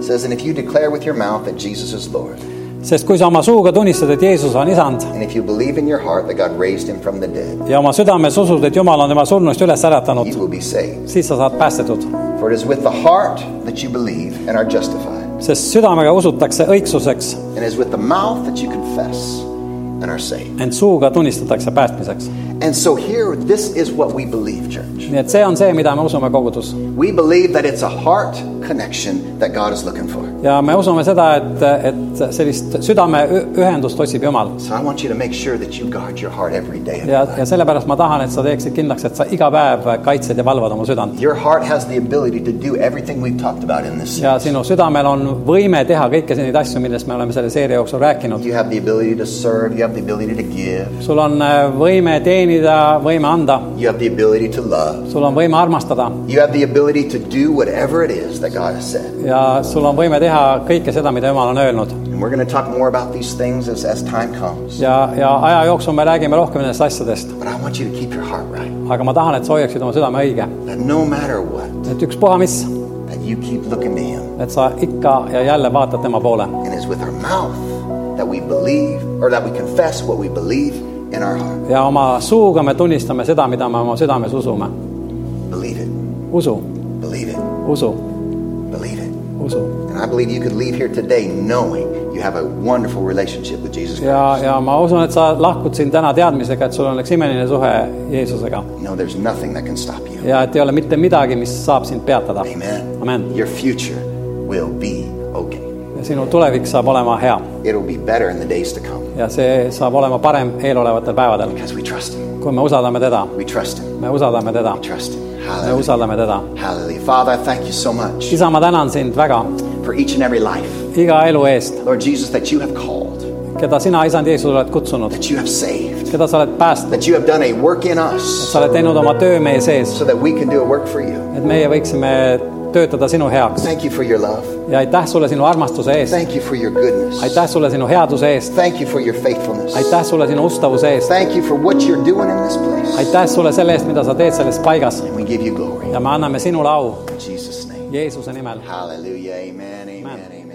Speaker 1: It says, And if you declare with your mouth that Jesus is Lord,
Speaker 2: sest kui sa oma suuga tunnistad , et Jeesus on isand
Speaker 1: and if you believe in your heart that God raised him from the dead,
Speaker 2: ja oma südames usud , et Jumal on tema surnuist üles äratanud
Speaker 1: you , will be saved.
Speaker 2: siis sa saad päästetud ,
Speaker 1: For it is with the heart that you believe and are justified,
Speaker 2: sest südamega usutakse õigsuseks ,
Speaker 1: and it is with the mouth that you confess and are saved.
Speaker 2: ent suuga tunnistatakse päästmiseks .
Speaker 1: And so, here, this is what we believe, church.
Speaker 2: nii et see on see , mida me usume kogudus
Speaker 1: We believe that it's a heart connection that God is looking for.
Speaker 2: ja me usume seda , et , et sellist südameühendust otsib Jumal
Speaker 1: So I want you to make sure that you guard your heart every day. Of your,
Speaker 2: ja ,
Speaker 1: life.
Speaker 2: ja sellepärast ma tahan , et sa teeksid kindlaks , et sa iga päev kaitsed ja valvad oma südant .
Speaker 1: your heart has the ability to do everything we've talked about in this
Speaker 2: ja
Speaker 1: series.
Speaker 2: sinu südamel on võime teha kõiki neid asju , millest me oleme selle seeria jooksul rääkinud .
Speaker 1: You have the ability to serve, you have the ability to give,
Speaker 2: sul on äh, võime teenida , võime anda ,
Speaker 1: you have the ability to love.
Speaker 2: sul on võime armastada
Speaker 1: You have the ability to do whatever it is that God has said.
Speaker 2: ja sul on võime teha kõike seda , mida Jumal on öelnud .
Speaker 1: And we're going to talk more about these things as, as time comes.
Speaker 2: ja , ja aja jooksul me räägime rohkem nendest asjadest ,
Speaker 1: But I want you to keep your heart right.
Speaker 2: aga ma tahan , et sa hoiaksid oma südame õige ,
Speaker 1: That no matter what,
Speaker 2: et ükspuha mis ,
Speaker 1: that you keep looking to Him.
Speaker 2: et sa ikka ja jälle vaatad tema poole
Speaker 1: And it's with our mouth that we believe, or that we confess what we believe in our heart.
Speaker 2: ja oma suuga me tunnistame seda , mida me oma südames usume .
Speaker 1: Believe it.
Speaker 2: usu ,
Speaker 1: Believe it.
Speaker 2: usu ,
Speaker 1: Believe it.
Speaker 2: usu
Speaker 1: And I believe you could leave here today knowing you have a wonderful relationship with Jesus Christ.
Speaker 2: ja , ja ma usun , et sa lahkud siin täna teadmisega , et sul on üks imeline suhe Jeesusega
Speaker 1: No, there's nothing that can stop you.
Speaker 2: ja et ei ole mitte midagi , mis saab sind peatada .
Speaker 1: Amen.
Speaker 2: Amen.
Speaker 1: Your future will be okay.
Speaker 2: sinu tulevik saab olema hea
Speaker 1: It'll be better in the days to come
Speaker 2: ja see saab olema parem eelolevatel päevadel ,
Speaker 1: because we trust Him.
Speaker 2: kui me usaldame teda ,
Speaker 1: We trust Him.
Speaker 2: me usaldame teda ,
Speaker 1: Trust Him.
Speaker 2: me
Speaker 1: Hallelujah.
Speaker 2: usaldame teda .
Speaker 1: Hallelujah. Father, I thank you so much
Speaker 2: isa , ma tänan sind väga
Speaker 1: for each and every life.
Speaker 2: iga elu eest ,
Speaker 1: Lord Jesus, that you have called,
Speaker 2: keda sina , isand Jeesus , oled kutsunud ,
Speaker 1: that you have saved,
Speaker 2: keda sa oled päästnud ,
Speaker 1: that you have done a work in us
Speaker 2: sa oled teinud oma töö meie sees ,
Speaker 1: so that we can do a work for you.
Speaker 2: et meie võiksime töötada sinu heaks
Speaker 1: Thank you for your love.
Speaker 2: ja aitäh sulle sinu armastuse eest ,
Speaker 1: Thank you for your goodness.
Speaker 2: aitäh sulle sinu headuse eest ,
Speaker 1: Thank you for your faithfulness.
Speaker 2: aitäh sulle sinu ustavuse eest ,
Speaker 1: Thank you for what you're doing in this place.
Speaker 2: aitäh sulle selle eest , mida sa teed selles paigas
Speaker 1: And we give you glory.
Speaker 2: ja me anname sinule au
Speaker 1: In Jesus' name.
Speaker 2: Jeesuse nimel .
Speaker 1: Hallelujah. Amen. Amen.
Speaker 2: Amen.
Speaker 1: amen.